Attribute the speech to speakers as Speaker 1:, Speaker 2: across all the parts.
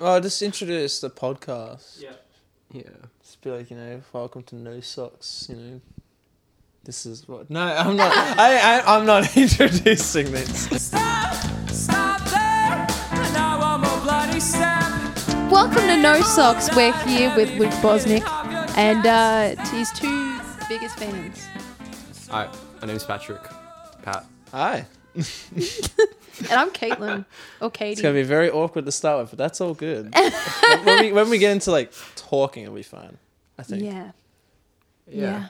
Speaker 1: Oh, just introduce the podcast.
Speaker 2: Yeah.
Speaker 3: Yeah.
Speaker 1: Just be like, you know, welcome to No Socks. You know, this is what. No, I'm not. I, I I'm not introducing this.
Speaker 4: Stop, stop there. Now I'm a bloody sap.
Speaker 5: Welcome to No Socks. We're here with Luke Bosnick and uh, his two biggest fans.
Speaker 3: Hi, my name's Patrick. Pat.
Speaker 1: Hi.
Speaker 5: And I'm Caitlin, or
Speaker 1: It's
Speaker 5: Katie.
Speaker 1: gonna be very awkward to start with, but that's all good. when, when we, when we get into like talking, it'll be fine. I think.
Speaker 5: yeah.
Speaker 3: Yeah.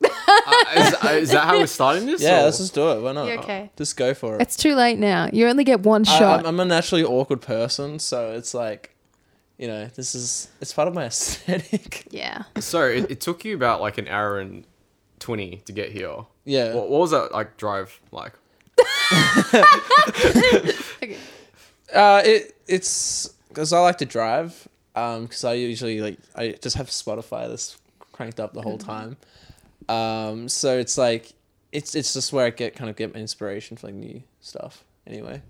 Speaker 5: Yeah.
Speaker 3: Uh, is, uh, is that how we're starting this?
Speaker 1: Yeah,
Speaker 3: or-
Speaker 1: let's just do it. Why not?
Speaker 5: You're okay.
Speaker 1: Just go for it.
Speaker 5: It's too late now. You only get one
Speaker 1: I,
Speaker 5: shot.
Speaker 1: I'm, I'm a naturally awkward person, so it's like, you know, this is it's part of my aesthetic.
Speaker 5: yeah.
Speaker 3: So it, it took you about like an hour and twenty to get here.
Speaker 1: yeah.
Speaker 3: What, what was that like drive like?
Speaker 5: Okay.
Speaker 1: Uh, it it's because I like to drive. Um, because I usually like I just have Spotify that's cranked up the whole time. Um, so it's like it's it's just where I get kind of get my inspiration for like new stuff. Anyway,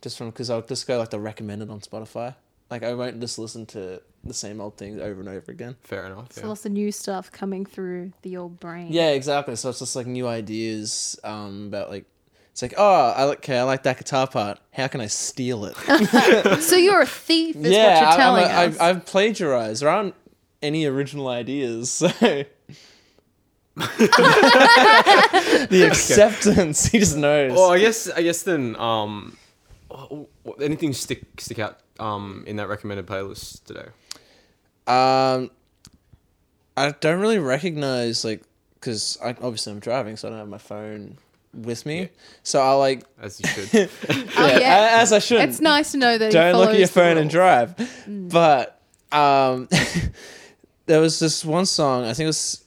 Speaker 1: just from because I'll just go like the recommended on Spotify. Like I won't just listen to the same old things over and over again.
Speaker 3: Fair enough.
Speaker 5: So
Speaker 3: yeah.
Speaker 5: lots of new stuff coming through the old brain.
Speaker 1: Yeah, exactly. So it's just like new ideas um, about like it's like oh I like okay I like that guitar part. How can I steal it?
Speaker 5: So you're a thief, is
Speaker 1: yeah,
Speaker 5: what
Speaker 1: I-
Speaker 5: you're
Speaker 1: I'm
Speaker 5: telling
Speaker 1: a-
Speaker 5: us.
Speaker 1: I've, I've plagiarized. There aren't any original ideas, so. the acceptance, he just knows.
Speaker 3: Well, I guess I guess then um, wh- wh- anything stick stick out um in that recommended playlist today?
Speaker 1: Um, I don't really recognize like because I obviously I'm driving, so I don't have my phone with me. So I like
Speaker 3: As you should.
Speaker 5: oh, yeah.
Speaker 1: a- as I should.
Speaker 5: it's nice to know that he
Speaker 1: don't look at
Speaker 5: follows
Speaker 1: your
Speaker 5: the
Speaker 1: phone and
Speaker 5: rules. Mm.
Speaker 1: drive. But um, there was this one song. I think it was.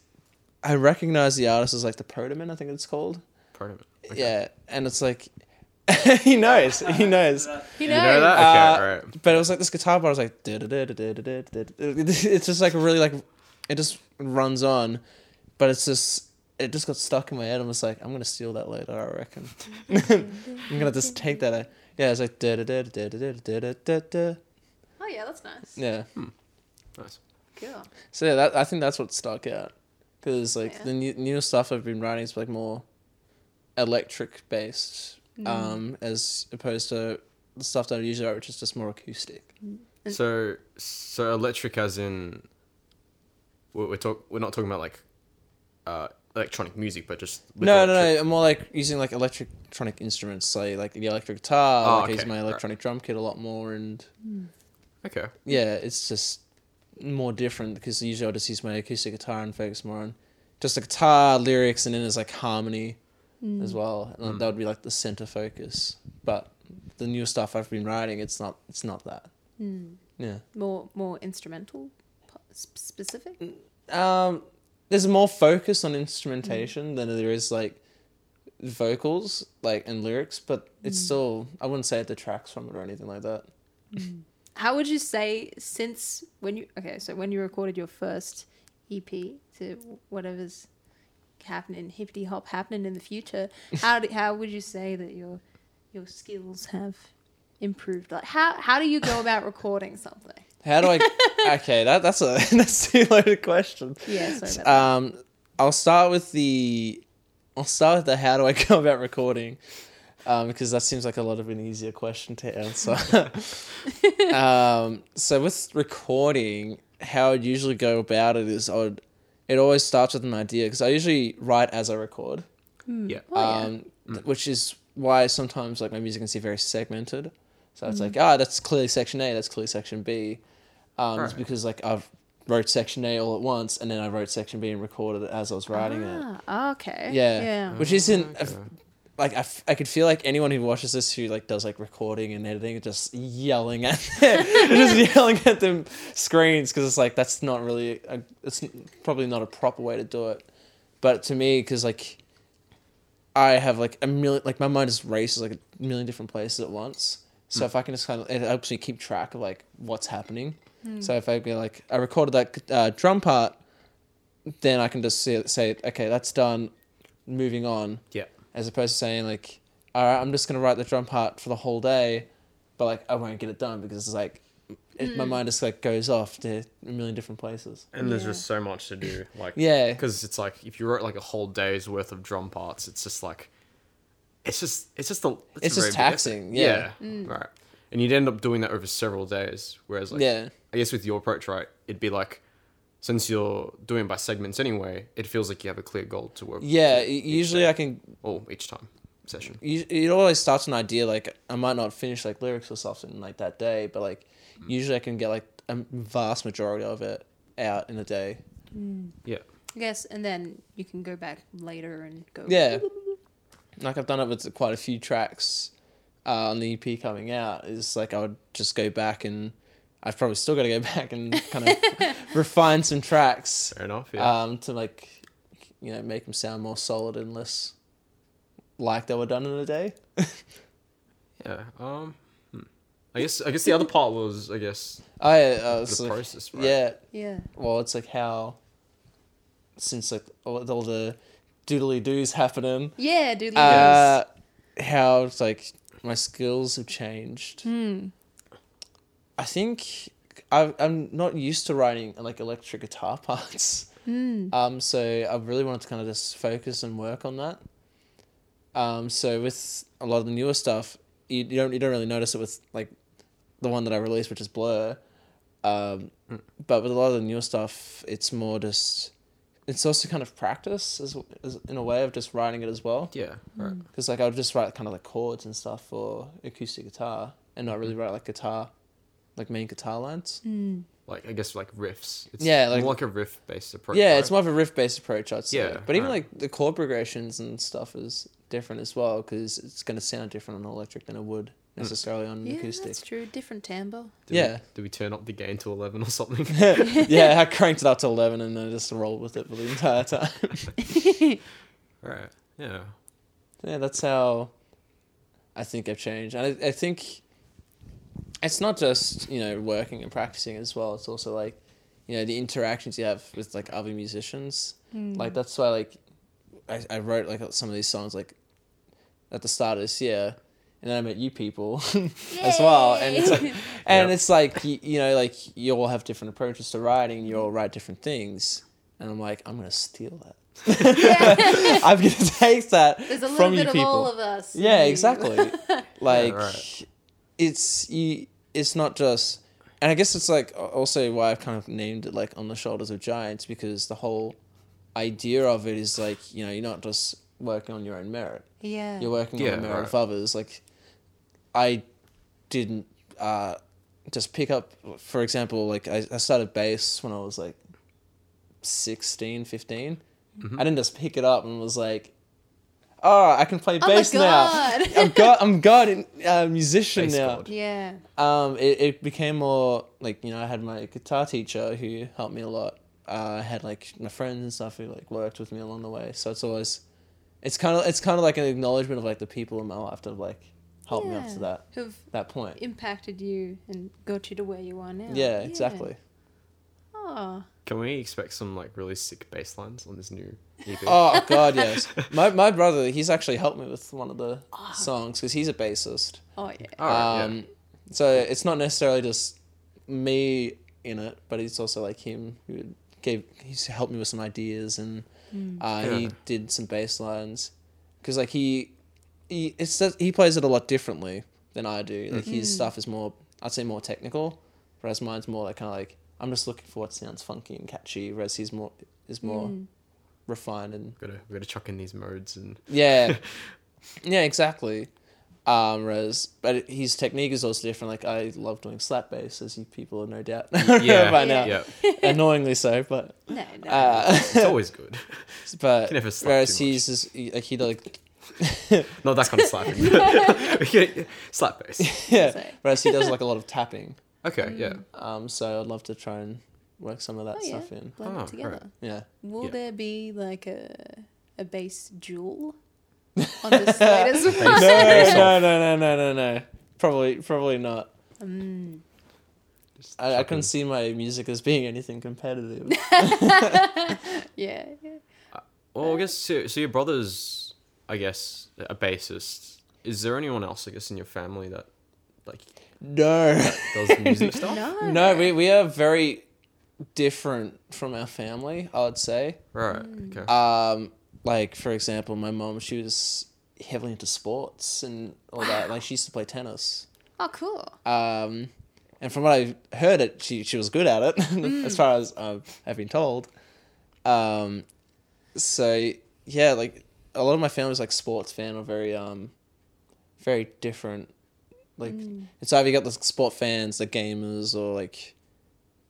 Speaker 1: I recognize the artist as like the Protoman. I think it's called.
Speaker 3: Pardon me. Okay.
Speaker 1: Yeah, and it's like he knows, he knows.
Speaker 5: You
Speaker 3: You know
Speaker 5: know,
Speaker 3: that?
Speaker 1: Uh,
Speaker 3: Okay, all right.
Speaker 1: But it was like this guitar part was like "Da-da-da-da-da-da-da-da-da." it's just like really like it just runs on, but it's just it just got stuck in my head. I was like, I'm gonna steal that later. I reckon I'm gonna just take that. out. Yeah, it's like "Da-da-da-da-da-da-da-da-da-da."
Speaker 5: oh yeah, that's nice.
Speaker 1: yeah.
Speaker 3: Nice.
Speaker 5: Cool.
Speaker 1: So yeah, that I think that's what stuck out because like
Speaker 5: Yeah.
Speaker 1: the new, new stuff I've been writing is like more electric based, um, as opposed to the stuff that I usually write, which is just more acoustic.
Speaker 3: So so electric as in we're we're, talk, we're not talking about like uh electronic music, but just with
Speaker 1: no, no,
Speaker 3: electric-
Speaker 1: no. I'm more like using like electronic instruments, say like the electric guitar.
Speaker 3: Oh,
Speaker 1: like I use
Speaker 3: okay,
Speaker 1: my
Speaker 3: alright.
Speaker 1: electronic drum kit a lot more, and
Speaker 3: Okay.
Speaker 1: yeah, it's just more different because usually I just use my acoustic guitar and focus more on just the guitar lyrics and then there's like harmony as well, and that would be like the center focus. But the new stuff I've been writing, it's not, it's not that. Yeah.
Speaker 5: More more instrumental po- sp- specific.
Speaker 1: um, there's more focus on instrumentation than there is like vocals like and lyrics but it's still i wouldn't say it detracts from it or anything like that
Speaker 5: How would you say since when you okay, so when you recorded your first EP to whatever's happening, hippity hop happening in the future, how do, how would you say that your your skills have improved? Like how how do you go about recording something?
Speaker 1: how do i okay that, that's a that's a loaded question
Speaker 5: Yeah, sorry about that.
Speaker 1: um i'll start with the i'll start with the how do i go about recording um because that seems like a lot of an easier question to answer um so with recording how i'd usually go about it is i would it always starts with an idea because i usually write as i record
Speaker 3: Yeah.
Speaker 5: Oh,
Speaker 3: Mm.
Speaker 1: um, th- which is why sometimes like my music can seem very segmented. So it's
Speaker 3: Mm-hmm.
Speaker 1: like, ah, that's clearly section A, that's clearly section B. Um, It's
Speaker 3: Right.
Speaker 1: because like I've wrote section A all at once, and then I wrote section B and recorded it as I was writing it.
Speaker 5: Ah, okay.
Speaker 1: Yeah,
Speaker 5: Yeah.
Speaker 1: which isn't. a f- like I, f- I could feel like anyone who watches this who like does like recording and editing just yelling at them, just yelling at them screens because it's like that's not really a, it's n- probably not a proper way to do it but to me because like i have like a million like my mind just races like a million different places at once so if i can just kind of it helps me keep track of like what's happening
Speaker 5: Hmm.
Speaker 1: so if i be like i recorded that uh, drum part then i can just say, say okay that's done moving on
Speaker 3: Yeah.
Speaker 1: as opposed to saying like all right i'm just going to write the drum part for the whole day but like i won't get it done because it's like it, my mind just like goes off to a million different places.
Speaker 3: And there's
Speaker 5: Yeah.
Speaker 3: just so much to do. Like
Speaker 1: Yeah.
Speaker 3: because it's like if you wrote like a whole day's worth of drum parts, it's just like, it's just it's just the
Speaker 1: It's just
Speaker 3: a very big effort.
Speaker 1: taxing, yeah.
Speaker 3: right. And you'd end up doing that over several days. Whereas like
Speaker 1: Yeah.
Speaker 3: I guess with your approach, right, it'd be like since you're doing it by segments anyway, it feels like you have a clear goal to work.
Speaker 1: Yeah,
Speaker 3: to
Speaker 1: u-
Speaker 3: each
Speaker 1: usually
Speaker 3: day,
Speaker 1: I can.
Speaker 3: or each time session.
Speaker 1: u- It always starts an idea like I might not finish like lyrics or something like that day, but like usually I can get like a vast majority of it out in a day.
Speaker 3: Yeah.
Speaker 5: I guess, and then you can go back later and go.
Speaker 1: Yeah, like I've done it with quite a few tracks uh, on the EP coming out. Is like I would just go back and I've probably still got to go back and kind of refine some tracks.
Speaker 3: Fair enough. Yeah.
Speaker 1: um, to like you know make them sound more solid and less like they were done in a day.
Speaker 3: yeah. Um. hmm. I guess I guess the other part was I guess
Speaker 1: I uh, it's
Speaker 3: the
Speaker 1: like-
Speaker 3: process, right?
Speaker 1: yeah.
Speaker 5: Yeah.
Speaker 1: Well, it's like how since like all, all the doodly doos happening,
Speaker 5: Yeah, dude.
Speaker 1: uh, how it's like my skills have changed. I think i I'm not used to writing like electric guitar parts. Um, so I really wanted to kind of just focus and work on that. Um, so with a lot of the newer stuff, you, you don't you don't really notice it with like the one that I released, which is Blur. Um, but with a lot of the newer stuff, it's more just it's also kind of practice as, as in a way of just writing it as well
Speaker 3: Yeah. Right.
Speaker 1: because like I would just write kind of like chords and stuff for acoustic guitar and not really
Speaker 3: Mm-hmm.
Speaker 1: write like guitar, like main guitar lines.
Speaker 5: Mm.
Speaker 3: Like I guess like riffs. It's
Speaker 1: Yeah,
Speaker 3: More
Speaker 1: like-
Speaker 3: like a riff based approach.
Speaker 1: yeah,
Speaker 3: right?
Speaker 1: it's more of a riff based approach, I'd say.
Speaker 3: Yeah,
Speaker 1: but even
Speaker 3: right.
Speaker 1: like the chord progressions and stuff is different as well because it's going to sound different on electric than it would
Speaker 3: Mm.
Speaker 1: necessarily on
Speaker 5: yeah,
Speaker 1: acoustic.
Speaker 5: that's true. Different timbre.
Speaker 3: Did
Speaker 1: yeah.
Speaker 3: We, did we turn up the gain to eleven or something?
Speaker 1: yeah, I cranked it up to eleven and then just rolled with it for the entire time.
Speaker 3: right. Yeah.
Speaker 1: yeah, that's how I think I've changed. And I, I think it's not just, you know, working and practicing as well. It's also like, you know, the interactions you have with like other musicians. Like that's why like I, I wrote like some of these songs like at the start of this year. And then I met you people as well. And it's like, and
Speaker 3: Yep.
Speaker 1: it's like you, you know, like you all have different approaches to writing. You all write different things. And I'm like, I'm gonna steal that. I'm gonna take that
Speaker 5: There's a little
Speaker 1: from you
Speaker 5: bit of
Speaker 1: people.
Speaker 5: all of us.
Speaker 1: Yeah,
Speaker 5: in you.
Speaker 1: exactly. like
Speaker 3: right.
Speaker 1: it's you, it's not just and I guess it's like a- also why I've kind of named it like on the shoulders of giants because the whole idea of it is like, you know, you're not just working on your own merit.
Speaker 5: yeah.
Speaker 1: You're working
Speaker 3: Yeah,
Speaker 1: on the merit
Speaker 3: right.
Speaker 1: of others. Like I didn't uh just pick up for example, like I, I started bass when I was like 16, 15.
Speaker 3: Mm-hmm.
Speaker 1: I didn't just pick it up and was like, oh, I can play
Speaker 5: Oh my
Speaker 1: bass now.
Speaker 5: god.
Speaker 1: I'm god. I'm god in, uh, musician
Speaker 3: Bass
Speaker 1: now.
Speaker 3: god.
Speaker 5: yeah.
Speaker 1: Um, it, it became more like you know I had my guitar teacher who helped me a lot. Uh, I had like my friends and stuff who like worked with me along the way. So it's always, it's kind of it's kind of like an acknowledgement of like the people in my life that have like helped me up
Speaker 5: Yeah.
Speaker 1: to that
Speaker 5: Who've
Speaker 1: that point.
Speaker 5: impacted you and got you to where you are now.
Speaker 1: Yeah, exactly.
Speaker 5: Oh.
Speaker 3: Can we expect some like really sick bass lines on this new E EP?
Speaker 1: Oh god, yes. My my brother, he's actually helped me with one of the songs because he's a bassist.
Speaker 5: Oh yeah.
Speaker 3: All right,
Speaker 1: Um, So it's not necessarily just me in it, but it's also like him who gave he's helped me with some ideas and
Speaker 3: Hmm.
Speaker 1: uh, he
Speaker 3: Yeah.
Speaker 1: did some bass lines because like he he it's that he plays it a lot differently than I do. Like his stuff is more I'd say more technical, whereas mine's more like kind of like I'm just looking for what sounds funky and catchy, whereas he's more is more
Speaker 5: Mm.
Speaker 1: refined and
Speaker 3: yeah. Gotta gotta chuck in these modes and
Speaker 1: yeah. yeah, exactly. Um, whereas, but it- his technique is also different. Like, I love doing slap bass, as you people are no doubt
Speaker 3: yeah.
Speaker 1: by now.
Speaker 3: Yeah.
Speaker 1: Annoyingly so, but.
Speaker 5: No, no.
Speaker 1: Uh,
Speaker 3: It's always good.
Speaker 1: but
Speaker 3: never slap
Speaker 1: whereas
Speaker 3: too much.
Speaker 1: he's just, he- like, he like,
Speaker 3: Not that kind of slapping. but- Yeah, Slap bass.
Speaker 1: yeah.
Speaker 5: So-
Speaker 1: Whereas he does like a lot of tapping.
Speaker 3: Okay. Yeah.
Speaker 1: Um, so I'd love to try and work some of that
Speaker 5: oh yeah.
Speaker 1: stuff in.
Speaker 5: Blend
Speaker 3: Oh,
Speaker 5: it
Speaker 3: right.
Speaker 5: together.
Speaker 1: Yeah.
Speaker 5: Will
Speaker 3: Yeah.
Speaker 5: there be like a a bass duel on this latest one?
Speaker 1: No,
Speaker 3: Bass off.
Speaker 1: no, no, no, no, no, no. Probably, probably not.
Speaker 5: Hmm.
Speaker 3: Just
Speaker 1: I, I
Speaker 3: chuck in-
Speaker 1: couldn't see my music as being anything competitive.
Speaker 5: Yeah. yeah.
Speaker 3: Well, I guess so, so. Your brother's, I guess, a bassist. Is there anyone else, I guess, in your family that like
Speaker 1: No.
Speaker 3: does music stuff?
Speaker 5: Oh, No.
Speaker 1: no, we, we are very different from our family, I would say.
Speaker 3: Right. Okay.
Speaker 1: Um, like, for example, my mom, she was heavily into sports and all that. Like, she used to play tennis.
Speaker 5: Oh, cool.
Speaker 1: Um, and from what I heard, it she she was good at it,
Speaker 5: Mm.
Speaker 1: as far as um, I've been told. Um, so yeah, like a lot of my family's like sports fan or very um, very different. Like
Speaker 5: Mm.
Speaker 1: it's either you got the sport fans, the gamers, or like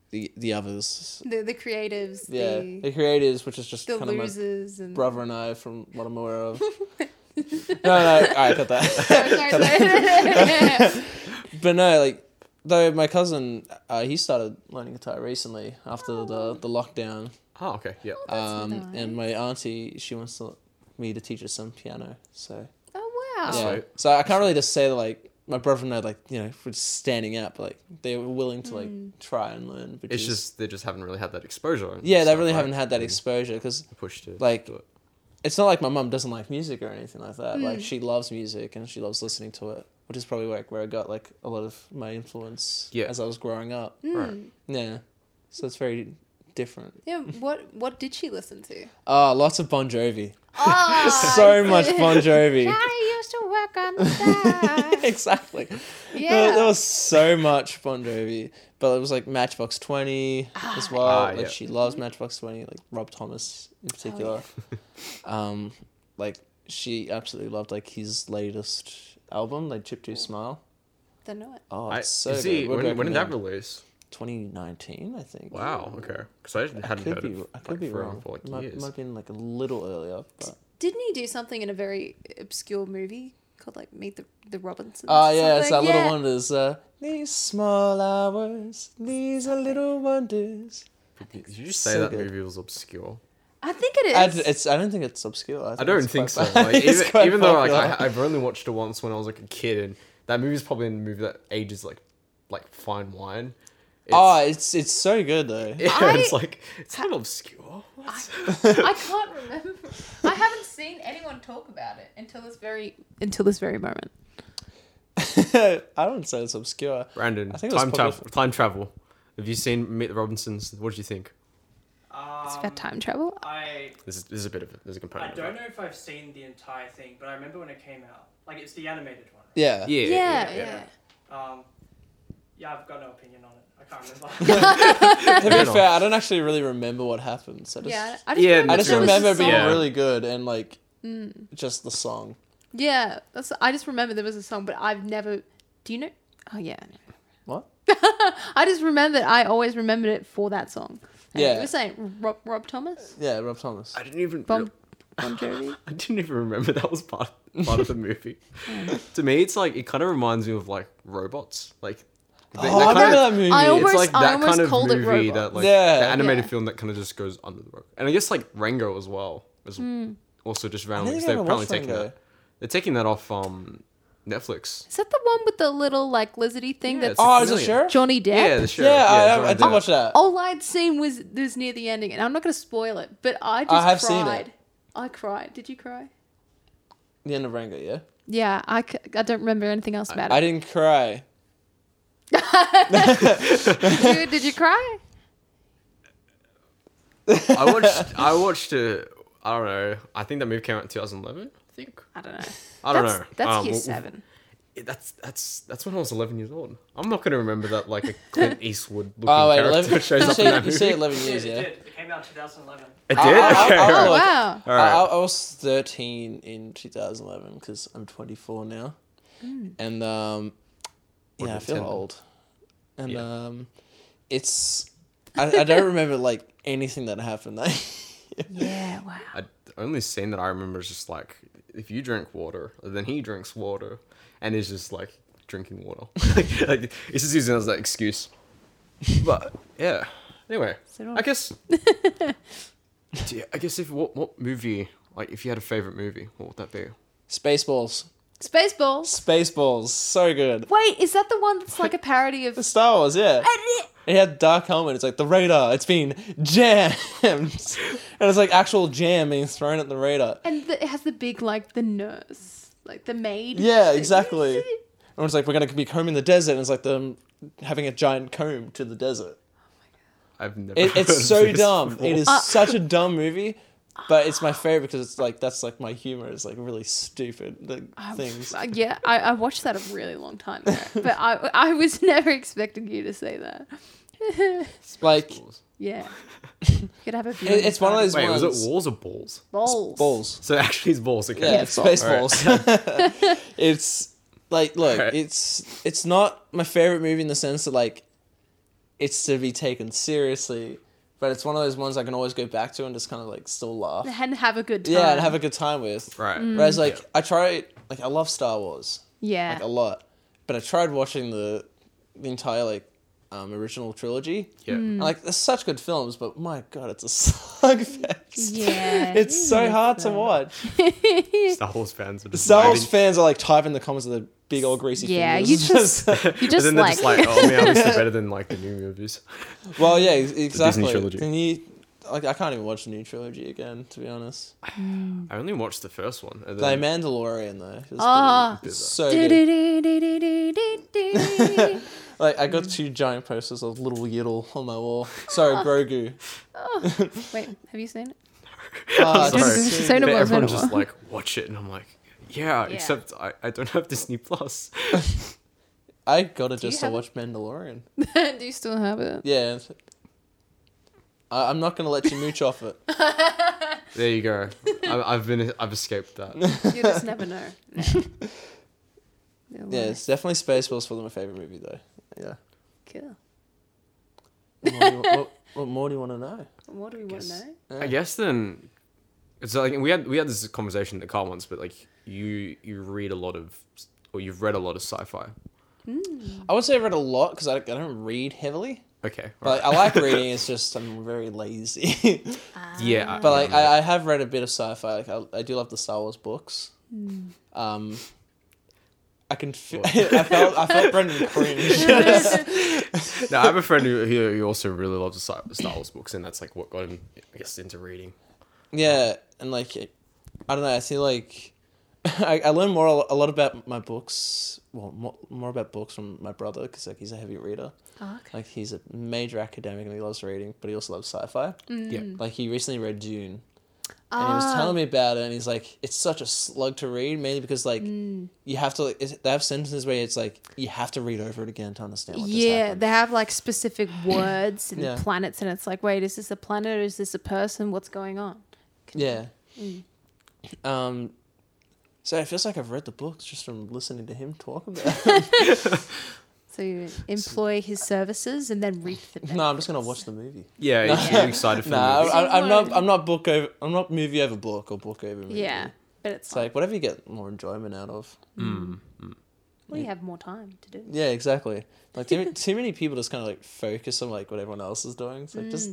Speaker 1: the the others.
Speaker 5: The the creatives,
Speaker 1: Yeah,
Speaker 5: the
Speaker 1: the creators, which is just
Speaker 5: the
Speaker 1: kind of my
Speaker 5: losers, and
Speaker 1: brother and I, from what I'm aware of. no, no, all right, cut that.
Speaker 5: Sorry, sorry.
Speaker 1: But no, like though my cousin, uh, he started learning guitar recently after the the lockdown.
Speaker 3: oh, okay. Yeah.
Speaker 1: Um,
Speaker 5: nice.
Speaker 1: and my auntie, she wants to, me to teach her some piano. So
Speaker 5: oh wow.
Speaker 1: yeah,
Speaker 3: sweet.
Speaker 1: so I can't really just say that like my brother and I like you know we're just standing up like they were willing to like
Speaker 5: Mm.
Speaker 1: try and learn. But
Speaker 3: It's just they just haven't really had that exposure. and
Speaker 1: yeah, they
Speaker 3: stuff,
Speaker 1: really
Speaker 3: right?
Speaker 1: haven't had that
Speaker 3: Mm.
Speaker 1: exposure because
Speaker 3: Push to
Speaker 1: like-
Speaker 3: do it.
Speaker 1: it's not like my mum doesn't like music or anything like that.
Speaker 5: Mm.
Speaker 1: Like she loves music and she loves listening to it, which is probably like where I got like a lot of my influence
Speaker 3: Yeah.
Speaker 1: as I was growing up.
Speaker 5: Hmm.
Speaker 3: Right.
Speaker 1: Yeah. So it's very different.
Speaker 5: Yeah. What what did she listen to?
Speaker 1: Oh, lots of Bon Jovi.
Speaker 5: Oh,
Speaker 1: so much Bon Jovi.
Speaker 5: I used to work on the side.
Speaker 1: exactly.
Speaker 5: Yeah.
Speaker 1: There, there was so much Bon Jovi, but it was like Matchbox 20 as well.
Speaker 3: Ah,
Speaker 1: like
Speaker 3: yeah.
Speaker 1: she loves Matchbox 20, like Rob Thomas in particular. um, like she absolutely loved like his latest album, like Chip Do Smile.
Speaker 5: Don't know it.
Speaker 1: Oh,
Speaker 3: I
Speaker 1: it's so
Speaker 3: you see.
Speaker 1: good. Would
Speaker 3: When, when did that
Speaker 1: recommend.
Speaker 3: release?
Speaker 1: 2019, I think.
Speaker 3: Wow. Okay. Because I hadn't
Speaker 1: Could
Speaker 3: heard
Speaker 1: be,
Speaker 3: of
Speaker 1: I could
Speaker 3: like,
Speaker 1: be
Speaker 3: for,
Speaker 1: wrong.
Speaker 3: for like
Speaker 1: It might,
Speaker 3: years.
Speaker 1: might have been like a little earlier, but
Speaker 5: Didn't he do something in a very obscure movie called like Meet the the Robinsons?
Speaker 1: Oh
Speaker 5: or
Speaker 1: yeah, it's that
Speaker 5: something?
Speaker 1: little wonders. Uh, these small hours, these are little wonders.
Speaker 3: Did you just say
Speaker 1: so
Speaker 3: that
Speaker 1: good.
Speaker 3: movie was obscure?
Speaker 5: I think it is.
Speaker 1: I, d- it's, I don't think it's obscure.
Speaker 3: I
Speaker 1: think
Speaker 3: don't
Speaker 1: it's
Speaker 3: think so.
Speaker 1: quite-
Speaker 3: Like,
Speaker 1: it's
Speaker 3: even
Speaker 1: quite
Speaker 3: even though like I,
Speaker 1: popular.
Speaker 3: I've only watched it once when I was like a kid, and that movie's probably in a movie that ages like like fine wine. It's,
Speaker 1: oh, it's it's so good though.
Speaker 3: yeah,
Speaker 5: I-
Speaker 3: it's like it's not obscure. What?
Speaker 5: I can't remember. I haven't seen anyone talk about it until this very until this very moment.
Speaker 1: I don't say it's obscure.
Speaker 3: Brandon,
Speaker 1: I think it was
Speaker 3: time
Speaker 1: probably-
Speaker 3: travel. Time travel. Have you seen Meet the Robinsons? What do you think?
Speaker 5: It's
Speaker 1: Um,
Speaker 5: about time travel.
Speaker 2: Um, I
Speaker 3: This is, this is a bit of a, there's a
Speaker 2: I
Speaker 3: component. of
Speaker 2: don't
Speaker 3: it.
Speaker 2: know if I've seen the entire thing, but I remember when it came out. Like it's the animated one.
Speaker 1: Yeah.
Speaker 3: Yeah,
Speaker 5: Yeah, yeah.
Speaker 2: Right? Um, yeah, I've got no opinion on it. I can't remember.
Speaker 1: To
Speaker 3: Fair
Speaker 1: be
Speaker 3: enough.
Speaker 1: fair, I don't actually really remember what happens. I just,
Speaker 5: Yeah, I
Speaker 1: I,
Speaker 5: just
Speaker 3: Yeah,
Speaker 5: remember,
Speaker 3: I
Speaker 1: just
Speaker 5: it was a
Speaker 1: remember it being
Speaker 5: song.
Speaker 3: Yeah.
Speaker 1: really good and like
Speaker 5: Mm.
Speaker 1: just the song.
Speaker 5: Yeah, that's. I just remember there was a song, but I've never. Do you know? Oh yeah, I know.
Speaker 1: What?
Speaker 5: I just remembered. I always remembered it for that song. And
Speaker 1: Yeah.
Speaker 5: you were saying Rob, Rob Thomas,
Speaker 1: Yeah, Rob Thomas.
Speaker 3: I didn't even.
Speaker 5: Bon, bon Jovi.
Speaker 3: I didn't even remember that was part part of the movie. to me, it's like it kind of reminds me of like robots, like. They,
Speaker 1: Oh, I
Speaker 3: that kind
Speaker 1: remember
Speaker 3: of-
Speaker 1: that movie.
Speaker 5: I
Speaker 1: It's
Speaker 5: almost,
Speaker 3: it's like that
Speaker 5: I almost
Speaker 3: kind of
Speaker 5: called it
Speaker 3: movie
Speaker 5: Robot.
Speaker 3: that like
Speaker 1: Yeah.
Speaker 3: the animated
Speaker 5: Yeah.
Speaker 3: film that kind of just goes under the rug. And I guess like Rango as well was
Speaker 5: Hmm.
Speaker 3: also just randomly
Speaker 1: think
Speaker 3: because
Speaker 1: I
Speaker 3: they're
Speaker 1: haven't
Speaker 3: apparently
Speaker 1: watched
Speaker 3: taking
Speaker 1: Rango.
Speaker 3: that. They're taking that off um Netflix.
Speaker 5: Is that the one with the little like lizardy thing
Speaker 3: Yeah,
Speaker 5: that
Speaker 3: it's a
Speaker 1: Oh, is it
Speaker 3: chameleon.
Speaker 1: sure?
Speaker 5: Johnny Depp?
Speaker 3: Yeah, the sheriff.
Speaker 1: yeah, I,
Speaker 3: Johnny
Speaker 1: I, I did
Speaker 3: Depp.
Speaker 1: watch that.
Speaker 5: all I'd seen was this near the ending, and I'm not going to spoil it, but I just
Speaker 1: have
Speaker 5: cried.
Speaker 1: seen it.
Speaker 5: I cried. Did you cry?
Speaker 1: The end of Rango, yeah.
Speaker 5: Yeah, I, c- I don't remember anything else about
Speaker 1: I
Speaker 5: it.
Speaker 1: didn't cry.
Speaker 5: Did you, did you cry?
Speaker 3: I watched. I watched it. I don't know. I think that movie came out in 2011. I think.
Speaker 5: I don't know.
Speaker 3: I don't
Speaker 5: that's,
Speaker 3: know.
Speaker 5: That's
Speaker 3: Um,
Speaker 5: year
Speaker 3: we'll-
Speaker 5: seven.
Speaker 3: That's that's that's when I was 11 years old. I'm not gonna remember that like a Clint Eastwood looking
Speaker 1: Oh wait,
Speaker 3: character
Speaker 1: eleven.
Speaker 3: shows
Speaker 1: you,
Speaker 3: up
Speaker 1: say,
Speaker 3: in that
Speaker 1: you
Speaker 3: movie.
Speaker 1: say eleven
Speaker 2: it,
Speaker 1: years,
Speaker 2: did,
Speaker 1: yeah.
Speaker 2: it did. It came out in 2011.
Speaker 3: It did.
Speaker 1: I- I-
Speaker 3: okay.
Speaker 1: I- I-
Speaker 3: all
Speaker 5: Oh,
Speaker 1: like-
Speaker 3: right.
Speaker 5: wow.
Speaker 3: All right.
Speaker 1: I, I was 13 in 2011 because I'm 24 now. And um,
Speaker 3: Or
Speaker 1: yeah, I feel
Speaker 3: Nintendo.
Speaker 1: old. And
Speaker 3: Yeah.
Speaker 1: um, it's. I, I don't remember like anything that happened. Like,
Speaker 5: Yeah, wow.
Speaker 3: I, the only scene that I remember is just like if you drink water, then he drinks water, and is just like drinking water. like, like it's just using it as that excuse. But yeah. Anyway,
Speaker 5: So do I.
Speaker 3: I guess. Do you- I guess if what what movie like if you had a favorite movie, what would that be?
Speaker 1: Spaceballs.
Speaker 5: Spaceballs.
Speaker 1: Spaceballs. So good.
Speaker 5: Wait, is that the one that's like a parody of?
Speaker 1: The Star Wars, yeah. It had Dark Helmet. It's like the radar. It's been jammed. and it's like actual jam being thrown at the radar.
Speaker 5: And the, it has the big like the nurse, like the maid.
Speaker 1: Yeah, exactly. Everyone's like, we're gonna be combing the desert, and it's like them having a giant comb to the desert.
Speaker 3: I've never.
Speaker 1: It,
Speaker 3: heard of
Speaker 1: it's so
Speaker 3: this
Speaker 1: dumb.
Speaker 3: before.
Speaker 1: It is such a dumb movie, but it's my favorite because it's like that's like my humor is like really stupid like,
Speaker 5: I've-
Speaker 1: things.
Speaker 5: uh, yeah, I, I watched that a really long time ago, but I I was never expecting you to say that.
Speaker 1: Like it,
Speaker 3: Balls.
Speaker 5: yeah, you could have a. viewing
Speaker 1: it's one of
Speaker 5: party.
Speaker 1: those
Speaker 3: Wait, was
Speaker 1: ones.
Speaker 3: it walls or balls?
Speaker 5: balls.
Speaker 1: Balls.
Speaker 3: So actually, it's balls. Okay.
Speaker 1: Yeah,
Speaker 5: Yeah,
Speaker 1: it's
Speaker 5: balls.
Speaker 1: Spaceballs. it's like look,
Speaker 3: Alright.
Speaker 1: it's it's not my favorite movie in the sense that like it's to be taken seriously, but it's one of those ones I can always go back to and just kind of like still laugh.
Speaker 5: and have a good time. Mm-hmm.
Speaker 1: Yeah, and have a good time with.
Speaker 3: Right.
Speaker 1: Whereas like
Speaker 3: Yeah.
Speaker 1: I try like I love Star Wars.
Speaker 5: yeah.
Speaker 1: like a lot. But I tried watching the the entire like um, original trilogy.
Speaker 3: Yeah.
Speaker 5: Mm.
Speaker 1: And, like there's such good films, but my god, it's a slugfest.
Speaker 5: Yeah,
Speaker 1: it's so
Speaker 5: yeah,
Speaker 1: hard to
Speaker 5: so-
Speaker 1: watch.
Speaker 3: Star Wars fans are just.
Speaker 1: Star Wars
Speaker 3: writing-
Speaker 1: fans are like typing in the comments of the big old greasy
Speaker 5: Yeah,
Speaker 1: fingers.
Speaker 5: you just- You just
Speaker 3: and then
Speaker 5: like,
Speaker 3: they're just like, oh man, this is better than like the new movies.
Speaker 1: well, yeah, ex- exactly.
Speaker 3: trilogy.
Speaker 1: Can you, like, I can't even watch the new trilogy again, to be honest.
Speaker 3: I only watched the first one. And
Speaker 1: The
Speaker 3: then
Speaker 1: Mandalorian though, is
Speaker 5: Ah.
Speaker 1: pretty- so
Speaker 3: Bizarre.
Speaker 1: good.
Speaker 5: "Do-do-do-do-do-do-do-do."
Speaker 1: Like, I got two giant posters of Little Yiddle on my wall. Sorry, Grogu.
Speaker 5: Wait, have you seen it?
Speaker 1: Ah,
Speaker 3: sorry.
Speaker 1: it's so
Speaker 5: Say no
Speaker 3: But
Speaker 5: more, say
Speaker 3: everyone
Speaker 5: no
Speaker 3: just
Speaker 5: more.
Speaker 3: like watch it, and I'm like, yeah,
Speaker 5: Yeah.
Speaker 3: except I, I don't have Disney Plus.
Speaker 1: I gotta
Speaker 5: you
Speaker 1: just to
Speaker 5: have it?
Speaker 1: watch Mandalorian.
Speaker 5: Do you still have it?
Speaker 1: Yeah. I, I'm not gonna let you mooch off it.
Speaker 3: there you go. I, I've been I've escaped that.
Speaker 5: You just never know. No. They'll
Speaker 1: Yeah,
Speaker 5: lie.
Speaker 1: it's definitely Spaceballs probably my favorite movie though. Yeah.
Speaker 5: Cool.
Speaker 1: What more do you, what, what more do you want to know?
Speaker 5: What do we want to
Speaker 3: guess-
Speaker 5: know?
Speaker 3: I guess then it's like we had we had this conversation in the car once, but like you you read a lot of or you've read a lot of sci-fi.
Speaker 1: I would say I read a lot because I, I don't read heavily.
Speaker 3: Okay,
Speaker 1: But I like reading. It's just I'm very lazy.
Speaker 3: alright. yeah,
Speaker 1: but like I, I have read a bit of sci-fi. Like I, I do love the Star Wars books. Um. I can. Feel, I felt. I felt Brendan cringe.
Speaker 3: no, I have a friend who, who who also really loves the sci- Star Wars books, and that's like what got him I guess into reading.
Speaker 1: Yeah, and like, I don't know. I see like, I, I learn more a lot about my books. Well, more, more about books from my brother because like he's a heavy reader.
Speaker 5: Oh, okay.
Speaker 1: Like he's a major academic and he loves reading, but he also loves sci-fi.
Speaker 5: Mm.
Speaker 3: Yeah,
Speaker 1: Like he recently read Dune, and he
Speaker 5: Ah.
Speaker 1: was telling me about it, and he's like, it's such a slug to read, mainly because like
Speaker 5: Mm.
Speaker 1: you have to. Like, it's- they have sentences where it's like you have to read over it again to understand. What just
Speaker 5: yeah,
Speaker 1: happened.
Speaker 5: they have like specific words and
Speaker 1: Yeah.
Speaker 5: planets, and it's like, wait, is this a planet or is this a person? What's going on?
Speaker 1: Yeah.
Speaker 5: Mm.
Speaker 1: Um, so it feels like I've read the books just from listening to him talk about. it.
Speaker 5: So you employ his services and then reap the benefits.
Speaker 1: No, I'm just gonna watch the movie.
Speaker 3: yeah,
Speaker 5: Yeah.
Speaker 3: you're excited for
Speaker 1: No,
Speaker 3: the movies.
Speaker 5: I-
Speaker 1: I, I'm not.
Speaker 5: Same
Speaker 1: I'm not book over. I'm not movie over book or book over movie.
Speaker 5: Yeah, but it's,
Speaker 1: It's
Speaker 5: like,
Speaker 1: like whatever you get more enjoyment out of.
Speaker 3: Hmm.
Speaker 5: we have more time to do.
Speaker 1: Yeah, exactly. Like too, too many people just kind of like focus on like what everyone else is doing. It's like
Speaker 5: Mm.
Speaker 1: just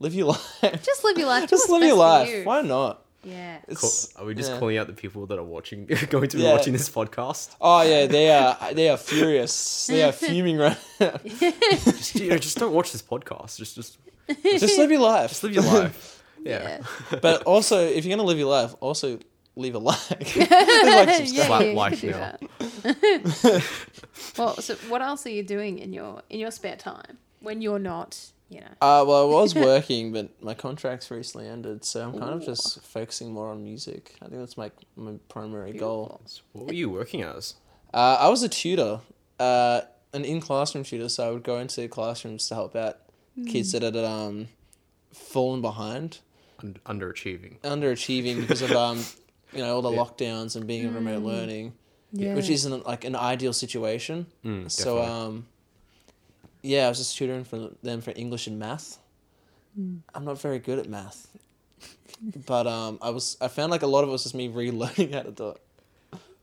Speaker 1: live your life.
Speaker 5: Just live your life. do
Speaker 1: Just
Speaker 5: what's
Speaker 1: live your
Speaker 5: best for
Speaker 1: life.
Speaker 5: you.
Speaker 1: Why not?
Speaker 5: Yeah.
Speaker 3: Cool.
Speaker 1: It's,
Speaker 3: Are we just
Speaker 1: yeah.
Speaker 3: calling out the people that are watching, going to be
Speaker 1: Yeah.
Speaker 3: watching this podcast?
Speaker 1: Oh yeah, they are. They are furious. They are fuming right now.
Speaker 3: Just, you know, just don't watch this podcast. Just, just,
Speaker 1: Just live your life.
Speaker 3: just live your life. Yeah.
Speaker 5: Yeah.
Speaker 1: But also, if you're gonna live your life, also leave a like. like
Speaker 5: yeah,
Speaker 3: Slap
Speaker 5: yeah, you
Speaker 3: like
Speaker 5: could do
Speaker 3: now.
Speaker 5: that. well, so what else are you doing in your in your spare time when you're not, you know?
Speaker 1: Uh, well, I was working, but my contract's recently ended, so I'm kind of just focusing more on music. I think that's my my primary goal.
Speaker 3: What were you working as?
Speaker 1: Uh, I was a tutor, uh, an in classroom tutor, so I would go into classrooms to help out kids that had um, fallen behind,
Speaker 3: Und- underachieving.
Speaker 1: underachieving because of um, you know all the lockdowns and being in remote learning.
Speaker 5: Yeah.
Speaker 1: which isn't like an ideal situation.
Speaker 3: Mm,
Speaker 1: so
Speaker 3: definitely.
Speaker 1: um, yeah, I was just tutoring for them for English and math. I'm not very good at math, but um, I was I found like a lot of it was just me relearning how to do it.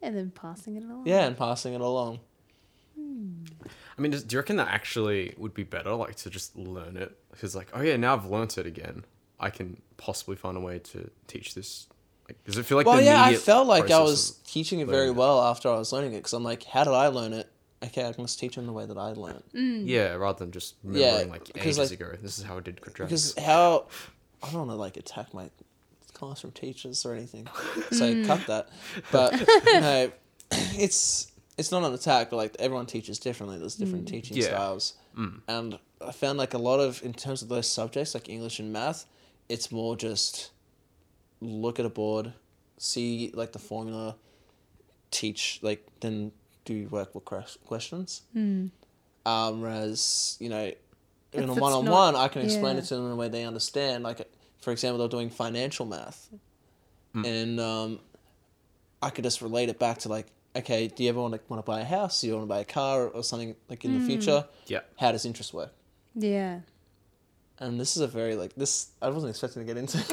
Speaker 5: and then passing it along.
Speaker 1: Yeah, and passing it along.
Speaker 3: I mean, does- do you reckon that actually would be better, like to just learn it? Because like, oh yeah, now I've learnt it again. I can possibly find a way to teach this. Like, does it feel like?
Speaker 1: Well,
Speaker 3: the
Speaker 1: yeah, I
Speaker 3: immediate
Speaker 1: felt like I
Speaker 3: process
Speaker 1: was
Speaker 3: of-
Speaker 1: teaching it very
Speaker 3: learning it.
Speaker 1: well after I was learning it because I'm like, how did I learn it? Okay, I can just teach them the way that I learned.
Speaker 3: Yeah, rather than just remembering like
Speaker 1: 'cause,
Speaker 3: ages
Speaker 1: like-
Speaker 3: ago. This is how I did quadratics.
Speaker 1: Because how I don't want to like attack my
Speaker 5: Hmm.
Speaker 1: classroom teachers or anything, so cut that. But no, it's it's not an attack, but like everyone teaches differently. There's
Speaker 5: Hmm.
Speaker 1: different teaching
Speaker 3: Yeah.
Speaker 1: styles, and I found like a lot of in terms of those subjects like English and math, it's more just look at a board, see like the formula, teach like then do workbook ques- questions. Um, whereas you know, in
Speaker 5: Hmm. If
Speaker 1: a
Speaker 5: it's
Speaker 1: one on one,
Speaker 5: not-
Speaker 1: I can explain
Speaker 5: yeah.
Speaker 1: it to them in a way they understand. Like for example, they're doing financial math, and um, I could just relate it back to like, okay, do you ever want to want to buy a house? Do you want to buy a car or, or something like in the future?
Speaker 3: Yeah.
Speaker 1: How does interest work?
Speaker 5: Yeah.
Speaker 1: And this is a very like this. I wasn't expecting to get into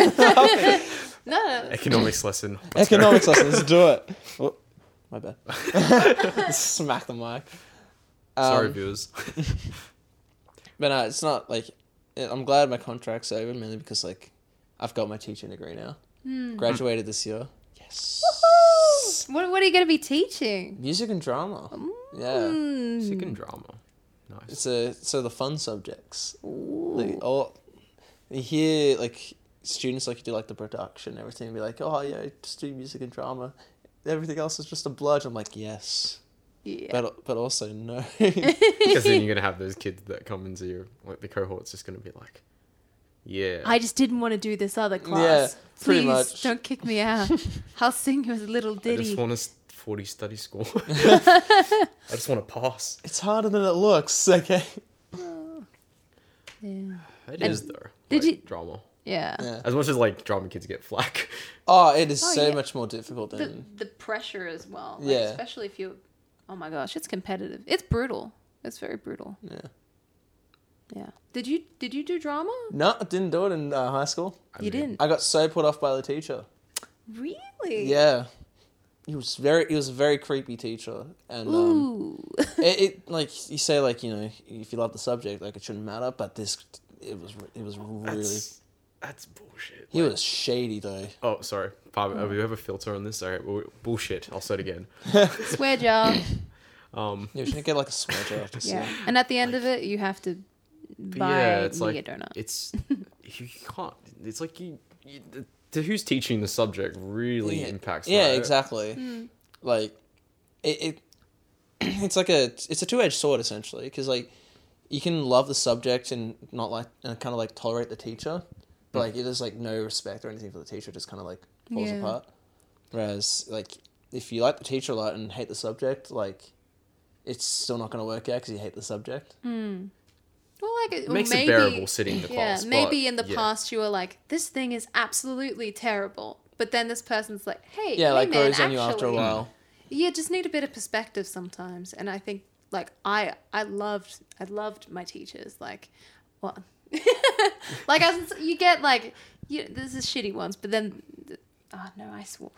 Speaker 5: No.
Speaker 3: Economics lesson. Let's go.
Speaker 1: economics lesson. Let's do it. Oh, my bad. Smack the mic. Um,
Speaker 3: Sorry, viewers.
Speaker 1: But no, it's not like it- I'm glad my contract's over mainly because like I've got my teaching degree now.
Speaker 5: Hmm.
Speaker 1: Graduated this year. Yes.
Speaker 5: What, what are you going to be teaching?
Speaker 1: Music and drama. Yeah.
Speaker 5: Mm.
Speaker 3: Second drama. Nice.
Speaker 1: It's a so the fun subjects. Like, all you hear like students like do like the production and everything be like, Oh yeah, just do music and drama. Everything else is just a bludge. I'm like, yes.
Speaker 5: Yeah.
Speaker 1: But but also no.
Speaker 3: Because then you're gonna have those kids that come into your like the cohort's just gonna be like, yeah.
Speaker 5: I just didn't want to do this other class.
Speaker 1: pretty
Speaker 5: Please
Speaker 1: much.
Speaker 5: don't kick me out. I'll sing you a little
Speaker 3: I just
Speaker 5: ditty.
Speaker 3: want to 40 study score. I just want to pass.
Speaker 1: it's harder than it looks, okay.
Speaker 5: yeah.
Speaker 3: It is though.
Speaker 5: did
Speaker 3: like,
Speaker 5: you-
Speaker 3: drama?
Speaker 5: yeah.
Speaker 1: Yeah.
Speaker 3: As much as like drama kids get flack.
Speaker 1: Oh, it is
Speaker 5: Oh,
Speaker 1: so
Speaker 5: yeah.
Speaker 1: much more difficult than
Speaker 5: The, the pressure as well. Like,
Speaker 1: Yeah.
Speaker 5: Especially if you, oh my gosh, it's competitive. It's brutal. It's very brutal.
Speaker 1: yeah.
Speaker 5: Yeah. Did you did you do drama?
Speaker 1: No, I didn't do it in uh, high school.
Speaker 5: you didn't.
Speaker 1: I got so put off by the teacher.
Speaker 5: really?
Speaker 1: Yeah, he was very he was a very creepy teacher, and um,
Speaker 5: Ooh.
Speaker 1: it, it like you say like you know if you love the subject like it shouldn't matter, but this it was it was really
Speaker 3: That's, that's bullshit.
Speaker 1: he was shady though.
Speaker 3: Oh, sorry. Pardon, Have you ever filter on this? Sorry. bu- Bullshit. I'll say it again.
Speaker 5: Swear jar.
Speaker 3: Um,
Speaker 1: Yeah, we should get like a swear jar after this,
Speaker 5: yeah. And at the end of it, you have to
Speaker 3: but
Speaker 5: buy
Speaker 3: yeah, it's
Speaker 5: me
Speaker 3: like
Speaker 5: a donut.
Speaker 3: it's you can't. It's like you. you the, the- who's teaching the subject really
Speaker 1: yeah,
Speaker 3: impacts.
Speaker 1: Yeah,
Speaker 3: that.
Speaker 1: exactly.
Speaker 5: Mm.
Speaker 1: Like, it, it it's like a it's a two edged sword essentially because like you can love the subject and not like and kind of like tolerate the teacher, but
Speaker 3: Mm.
Speaker 1: like it is like no respect or anything for the teacher, just kind of like falls
Speaker 5: Yeah.
Speaker 1: apart. Whereas like if you like the teacher a lot and hate the subject, like it's still not going to work out because you hate the subject.
Speaker 5: Mm, well, like it,
Speaker 3: It makes
Speaker 5: maybe,
Speaker 3: it bearable sitting in the
Speaker 5: Yeah,
Speaker 3: class. but
Speaker 5: maybe in the
Speaker 3: yeah.
Speaker 5: past you were like, this thing is absolutely terrible. But then this person's like, hey,
Speaker 1: Yeah,
Speaker 5: hey
Speaker 1: like
Speaker 5: man,
Speaker 1: grows on you after a
Speaker 5: actually,
Speaker 1: while.
Speaker 5: Yeah, just need a bit of perspective sometimes. And I think like I I loved I loved my teachers. Like what like I was, you get like you this is shitty ones, but then oh no, I swore.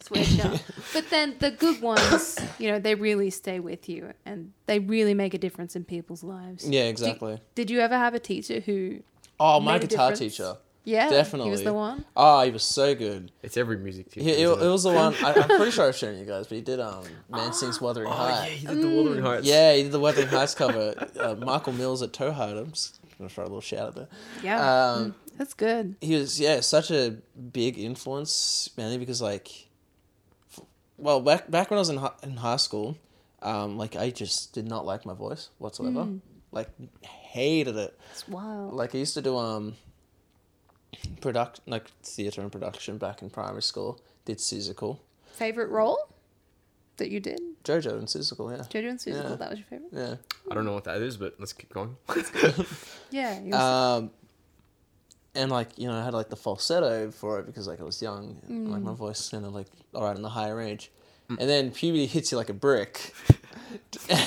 Speaker 5: Swear jar. but then the good ones, you know, they really stay with you and they really make a difference in people's lives.
Speaker 3: Mm.
Speaker 1: Yeah, exactly.
Speaker 5: Did you ever have a teacher who
Speaker 1: oh, my
Speaker 5: made a
Speaker 1: guitar
Speaker 5: difference?
Speaker 1: teacher.
Speaker 5: Yeah,
Speaker 1: Definitely.
Speaker 5: he was the one.
Speaker 1: Oh, he was so good.
Speaker 3: It's every music teacher.
Speaker 1: Yeah, it,
Speaker 3: isn't
Speaker 1: it was the one. I, I'm pretty sure I've shown you guys, but he did um, Man Sings Wuthering
Speaker 3: Oh yeah,
Speaker 1: Heights.
Speaker 3: he did the Wuthering Heights.
Speaker 1: Mm, yeah. he did the Wuthering Heights cover. Uh, Michael Mills at Towhard. I'm just gonna throw a little shout out there.
Speaker 5: Yeah,
Speaker 1: Um,
Speaker 5: that's good.
Speaker 1: he was yeah such a big influence mainly because like, f- well back back when I was in hi- in high school, um, like I just did not like my voice whatsoever. Like hated it.
Speaker 5: It's wild.
Speaker 1: Like I used to do um product like theater and production back in primary school. Did Suzical.
Speaker 5: Favorite role that you did?
Speaker 1: Jojo and Suzical, yeah.
Speaker 5: Jojo and Susan,
Speaker 1: Yeah.
Speaker 5: that was your favorite.
Speaker 1: Yeah.
Speaker 3: I don't know what that is, but let's keep going.
Speaker 5: Yeah, he was-
Speaker 1: Um, and like you know, I had like the falsetto for it because like I was young, and, like my voice kind of like all right in the higher range, and then puberty hits you like a brick,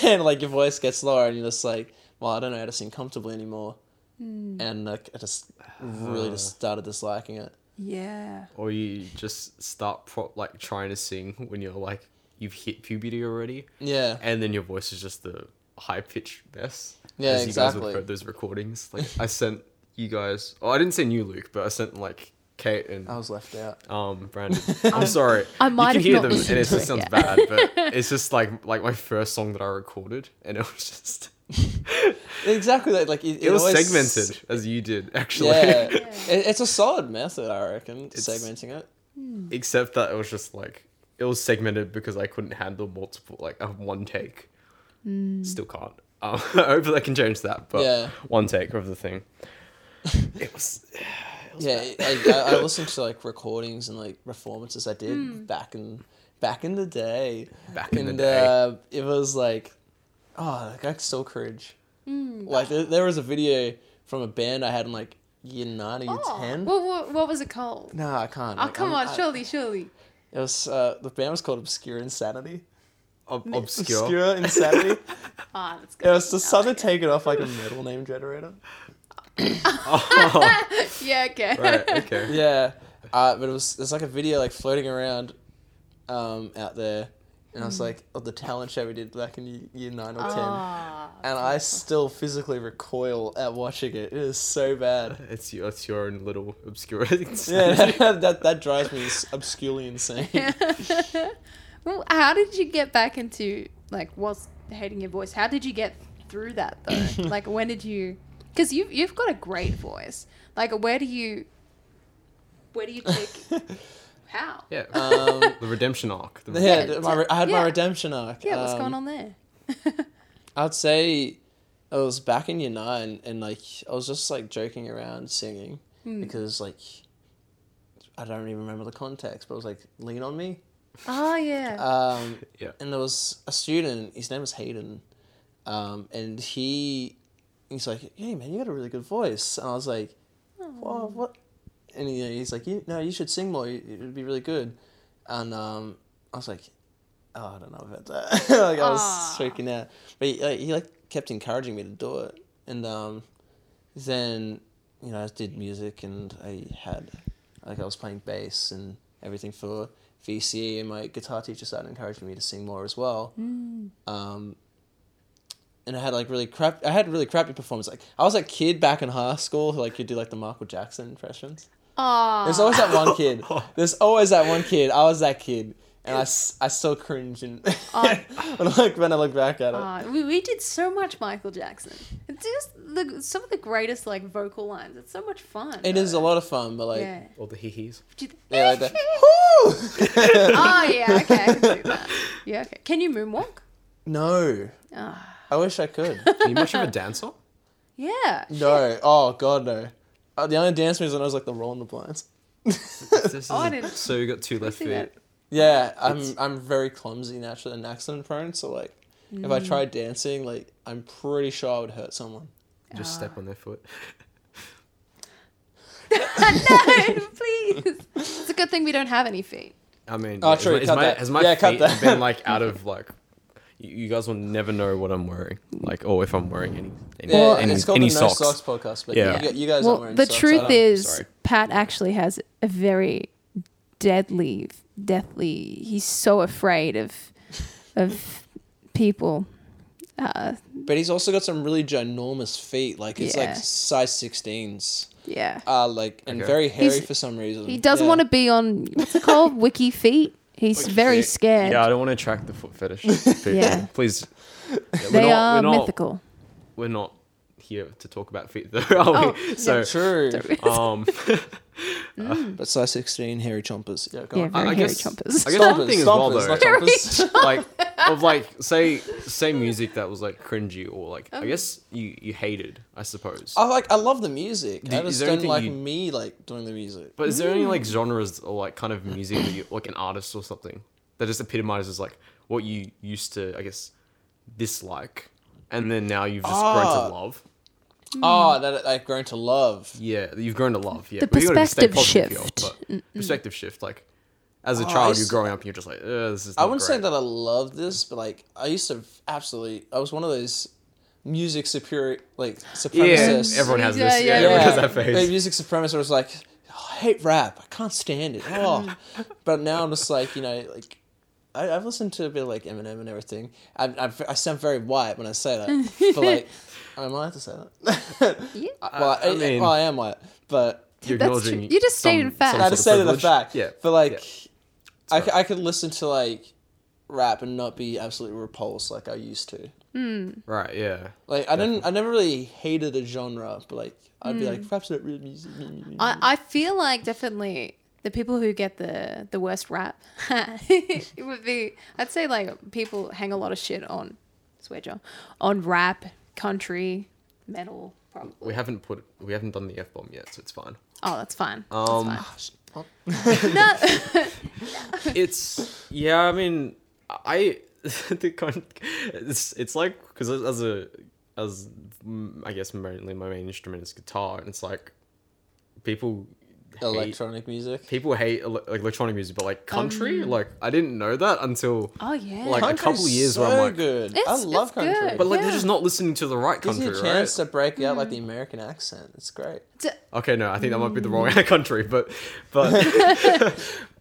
Speaker 1: and like your voice gets lower, and you're just like, well, I don't know how to sing comfortably anymore, and like I just really just started disliking it.
Speaker 5: yeah.
Speaker 3: or you just start pro- like trying to sing when you're like you've hit puberty already,
Speaker 1: Yeah,
Speaker 3: and then your voice is just the high pitched mess.
Speaker 1: Yeah,
Speaker 3: as You guys
Speaker 1: exactly.
Speaker 3: would heard those recordings. Like I sent you guys. Oh, I didn't send you, Luke, but I sent like Kate and
Speaker 1: I was left out.
Speaker 3: um Brandon. I'm sorry.
Speaker 5: I
Speaker 3: you
Speaker 5: might have
Speaker 3: can hear
Speaker 5: not
Speaker 3: them, and
Speaker 5: listened
Speaker 3: it
Speaker 5: to
Speaker 3: just
Speaker 5: it
Speaker 3: sounds
Speaker 5: yet.
Speaker 3: bad, but it's just like like my first song that I recorded, and it was just.
Speaker 1: Exactly, like, like it,
Speaker 3: It, was
Speaker 1: always-
Speaker 3: segmented as you did actually,
Speaker 1: Yeah, it, it's a solid method, I reckon.
Speaker 3: It's-
Speaker 1: Segmenting it.
Speaker 3: except that it was just like it was segmented because I couldn't handle multiple like uh, one take.
Speaker 5: Mm.
Speaker 3: Still can't. Um, hopefully I can change that. But
Speaker 1: Yeah.
Speaker 3: one take of the thing. It was. it was
Speaker 1: Yeah,
Speaker 3: bad.
Speaker 1: I, I, I listened to like recordings and like performances I did
Speaker 5: Hmm.
Speaker 1: back in back in the day.
Speaker 3: Back in the
Speaker 1: and,
Speaker 3: day.
Speaker 1: Uh, it was like, oh, like, I still cringe.
Speaker 5: Hmm.
Speaker 1: Like there, there was a video from a band I had in like year nine or year
Speaker 5: Oh,
Speaker 1: ten.
Speaker 5: What, what, what was it called?
Speaker 1: no, I can't.
Speaker 5: Oh,
Speaker 1: Like,
Speaker 5: come
Speaker 1: I'm-
Speaker 5: on,
Speaker 1: I-
Speaker 5: surely, surely.
Speaker 1: It was uh, the band was called Obscure Insanity.
Speaker 3: Ob- obscure.
Speaker 1: Obscure Insanity.
Speaker 5: Ah, that's good.
Speaker 1: it was just something taken off like a metal name generator.
Speaker 3: Oh,
Speaker 5: Yeah, okay.
Speaker 3: right. Okay.
Speaker 1: yeah. Uh, but it was there's like a video like floating around um, out there, and
Speaker 5: Mm.
Speaker 1: I was like, of the talent show we did back in ye- year nine or ten,
Speaker 5: Ah,
Speaker 1: and I still physically recoil at watching it. It is so bad.
Speaker 3: It's your, it's your own little obscure. yeah.
Speaker 1: Yeah, that that drives me s- obscurely insane.
Speaker 5: well, how did you get back into like what's hating your voice? How did you get through that though? like, when did you? Because you you've got a great voice. Like, where do you? Where do you pick? how?
Speaker 3: Yeah.
Speaker 1: Um,
Speaker 3: the redemption arc. The
Speaker 1: yeah,
Speaker 5: Yeah,
Speaker 1: my, re- I had
Speaker 5: yeah.
Speaker 1: my redemption arc.
Speaker 5: Yeah, what's
Speaker 1: um,
Speaker 5: going on there?
Speaker 1: I'd say I was back in year nine and like I was just like joking around singing
Speaker 5: Hmm.
Speaker 1: because like I don't even remember the context, but it was like lean on me.
Speaker 5: oh yeah.
Speaker 1: Um,
Speaker 3: Yeah.
Speaker 1: And there was a student. His name was Hayden, um, and he he's like, "Hey man, you got a really good voice." And I was like, "Well, what?" And he, he's like, you, "No, you should sing more. It would be really good." And um, I was like, "Oh, I don't know about that." like I was
Speaker 5: Aw.
Speaker 1: freaking out, but he like, he like kept encouraging me to do it, and um, then you know I did music and I had like I was playing bass and everything for VCE and my guitar teacher started encouraging me to sing more as well. Um, and I had like really crap. I had really crappy performance. Like I was a kid back in high school who like could do like the Michael Jackson impressions.
Speaker 5: Ah,
Speaker 1: There's always that one kid. There's always that one kid. I was that kid, and I, s- I still cringe and
Speaker 5: Oh.
Speaker 1: when I look when I look back at it.
Speaker 5: Ah, we, we did so much Michael Jackson. It's just the, some of the greatest like vocal lines. It's so much fun.
Speaker 1: it is a lot of fun, but like
Speaker 5: Yeah.
Speaker 1: yeah,
Speaker 3: All the hee hees.
Speaker 5: Do you-
Speaker 1: like that. Woo!
Speaker 5: oh yeah. Okay, I can do that. Yeah. Okay. Can you moonwalk?
Speaker 1: no,
Speaker 5: Ah,
Speaker 1: I wish I could.
Speaker 3: Are you much of a dancer?
Speaker 5: yeah.
Speaker 1: No. Oh god, no. Uh, the only dance moves I know is like the roll in the blinds.
Speaker 3: This is
Speaker 5: Oh, I
Speaker 3: a-
Speaker 5: didn't
Speaker 3: so you got two left
Speaker 5: see
Speaker 3: feet.
Speaker 5: that.
Speaker 1: Yeah, I'm I'm very clumsy naturally and accident prone. So like, if
Speaker 5: Mm.
Speaker 1: I tried dancing, like I'm pretty sure I would hurt someone.
Speaker 3: Just
Speaker 5: Ah.
Speaker 3: step on their foot.
Speaker 5: no, please. It's a good thing we don't have any feet.
Speaker 3: I mean,
Speaker 1: Oh,
Speaker 3: yeah, is
Speaker 1: true,
Speaker 3: my- is
Speaker 1: cut
Speaker 3: my,
Speaker 1: that.
Speaker 3: has my
Speaker 1: Yeah, cut
Speaker 3: feet
Speaker 1: that.
Speaker 3: been like out of like? You, you guys will never know what I'm wearing, like, or if I'm wearing any any,
Speaker 1: Yeah,
Speaker 3: any,
Speaker 1: it's called
Speaker 3: any
Speaker 1: the
Speaker 3: socks.
Speaker 1: No Socks podcast, but
Speaker 3: Yeah.
Speaker 1: you, you guys aren't wearing
Speaker 5: the
Speaker 1: socks. I
Speaker 5: truth
Speaker 1: don't-
Speaker 5: is,
Speaker 3: sorry.
Speaker 5: Pat actually has a very deadly, deathly. He's so afraid of of people. Uh,
Speaker 1: but he's also got some really ginormous feet. Like it's
Speaker 5: Yeah.
Speaker 1: like size sixteens.
Speaker 5: yeah.
Speaker 1: Uh, like and
Speaker 3: Okay.
Speaker 1: very hairy
Speaker 5: He's-
Speaker 1: for some reason.
Speaker 5: He doesn't want to be on what's it called? Wiki feet. He's very scared.
Speaker 3: Yeah, I don't want to attract the foot fetish. people.
Speaker 5: Yeah.
Speaker 3: please. Yeah, we're
Speaker 5: they
Speaker 3: not-
Speaker 5: are
Speaker 3: we're not-
Speaker 5: mythical.
Speaker 3: We're not here to talk about feet, though, are we?
Speaker 5: Oh, yeah,
Speaker 3: so,
Speaker 1: True,
Speaker 3: um,
Speaker 1: but size sixteen hairy chompers. Yeah, go
Speaker 5: Yeah,
Speaker 1: on.
Speaker 5: very
Speaker 3: I
Speaker 5: hairy
Speaker 3: guess-
Speaker 5: chompers.
Speaker 3: I guess one
Speaker 1: Stompers,
Speaker 3: thing as well,
Speaker 1: stompers,
Speaker 3: though,
Speaker 1: not chompers.
Speaker 3: like of like say say music that was like cringy or like
Speaker 5: Um,
Speaker 3: I guess you you hated, I suppose.
Speaker 1: I like. I love the music.
Speaker 3: Do-
Speaker 1: I
Speaker 3: is
Speaker 1: just
Speaker 3: there
Speaker 1: don't
Speaker 3: anything
Speaker 1: like
Speaker 3: you-
Speaker 1: me like doing the music.
Speaker 3: But is there any like genres or like kind of music that you like an artist or something that just epitomizes like what you used to I guess dislike and then now you've just grown
Speaker 1: Ah.
Speaker 3: to love?
Speaker 5: Mm.
Speaker 1: Oh, that I've grown to love.
Speaker 3: Yeah, that you've grown to love. Yeah,
Speaker 5: The
Speaker 3: But you gotta stay
Speaker 5: perspective
Speaker 3: positive here,
Speaker 5: shift.
Speaker 3: but perspective shift. Like as a
Speaker 1: Oh, I
Speaker 3: child, you're
Speaker 1: used-
Speaker 3: growing up and you're just like, Ugh, this is.
Speaker 1: I
Speaker 3: not
Speaker 1: wouldn't say
Speaker 3: Oh, great."
Speaker 1: that I love this, but like I used to absolutely. I was one of those music superior like
Speaker 3: Yeah,
Speaker 1: supremacists.
Speaker 3: everyone has
Speaker 5: Yeah,
Speaker 3: this. Yeah,
Speaker 5: yeah,
Speaker 3: everyone has that
Speaker 1: The
Speaker 3: phase.
Speaker 1: music supremacist was like, "Oh, I hate rap. I can't stand it. Oh. but now I'm just like, you know, like, I, I've listened to a bit of like Eminem and everything. I, I, I sound very white when I say that. but like, am I allowed to say that? Uh,
Speaker 5: Yeah.
Speaker 1: well, I,
Speaker 3: I mean-
Speaker 1: well, I am white. But
Speaker 3: You're
Speaker 5: That's
Speaker 3: acknowledging.
Speaker 5: true. You just
Speaker 3: some-
Speaker 5: stated fact.
Speaker 3: some
Speaker 1: I
Speaker 5: That
Speaker 3: sort
Speaker 1: just
Speaker 3: of
Speaker 1: say that the
Speaker 3: privilege.
Speaker 1: fact.
Speaker 3: Yeah.
Speaker 1: But like,
Speaker 3: yeah.
Speaker 1: I, c- I could listen to like rap and not be absolutely repulsed like I used to.
Speaker 3: Right. Yeah.
Speaker 1: Like I didn't. I never really
Speaker 5: Hmm.
Speaker 1: hated a genre, but like I'd be like, rap's not real music.
Speaker 5: I, I feel like definitely the people who get the the worst rap it would be I'd say like people hang a lot of shit on swear jar on rap, country, metal probably.
Speaker 3: We haven't put we haven't done the f bomb yet, so it's fine.
Speaker 5: Oh, that's fine.
Speaker 3: Um,
Speaker 5: that's fine. no,
Speaker 3: It's yeah. I mean, I the con- it's it's like because as a as mm, I guess mainly my main instrument is guitar, and it's like people hate,
Speaker 1: Electronic music.
Speaker 3: people hate ele- like electronic music, but like country,
Speaker 5: Um,
Speaker 3: like I didn't know that until
Speaker 5: oh yeah.
Speaker 3: Like- a
Speaker 1: Country's
Speaker 3: couple years
Speaker 1: so
Speaker 3: where I'm like-
Speaker 1: good. I
Speaker 5: It's-
Speaker 1: love
Speaker 5: it's
Speaker 1: country.
Speaker 5: good.
Speaker 3: but like
Speaker 5: Yeah.
Speaker 3: they're just not listening to the right
Speaker 1: gives
Speaker 3: country,
Speaker 1: you a
Speaker 3: right?
Speaker 1: chance to break out like the American accent. It's great.
Speaker 5: D-
Speaker 3: Okay, no, I think that might be the wrong
Speaker 5: Mm.
Speaker 3: country, but but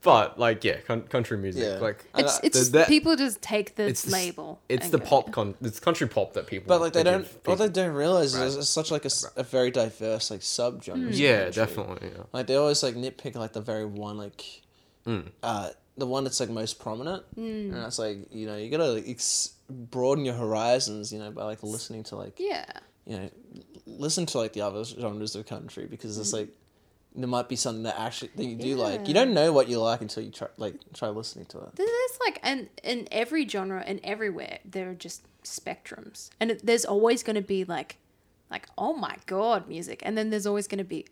Speaker 3: but like yeah, con- country music,
Speaker 1: Yeah.
Speaker 3: like
Speaker 1: And uh,
Speaker 5: it's
Speaker 1: I-
Speaker 5: it's
Speaker 3: that-
Speaker 5: people just take the
Speaker 3: uh, it's the s-
Speaker 5: label.
Speaker 3: It's
Speaker 5: and
Speaker 3: the
Speaker 5: go,
Speaker 3: pop
Speaker 5: yeah.
Speaker 3: con. It's country pop that people.
Speaker 1: But like they
Speaker 3: give
Speaker 1: don't,
Speaker 3: people-
Speaker 1: what they don't realize
Speaker 3: Right.
Speaker 1: is it's such like a, s- a very diverse like subgenre. of
Speaker 3: yeah,
Speaker 1: country.
Speaker 3: definitely. Yeah.
Speaker 1: Like they always like nitpick like the very one like, uh, the one that's like most prominent, and that's like you know you gotta like, ex- broaden your horizons, you know, by like listening to like
Speaker 5: Yeah.
Speaker 1: you know listen to like the other genres of country because it's like there might be something that actually that you do like. You
Speaker 5: Yeah.
Speaker 1: don't know what you like until you try like try listening to it.
Speaker 5: There's like and in every genre and everywhere there are just spectrums, and it, there's always going to be like, like oh my god music, and then there's always going to be,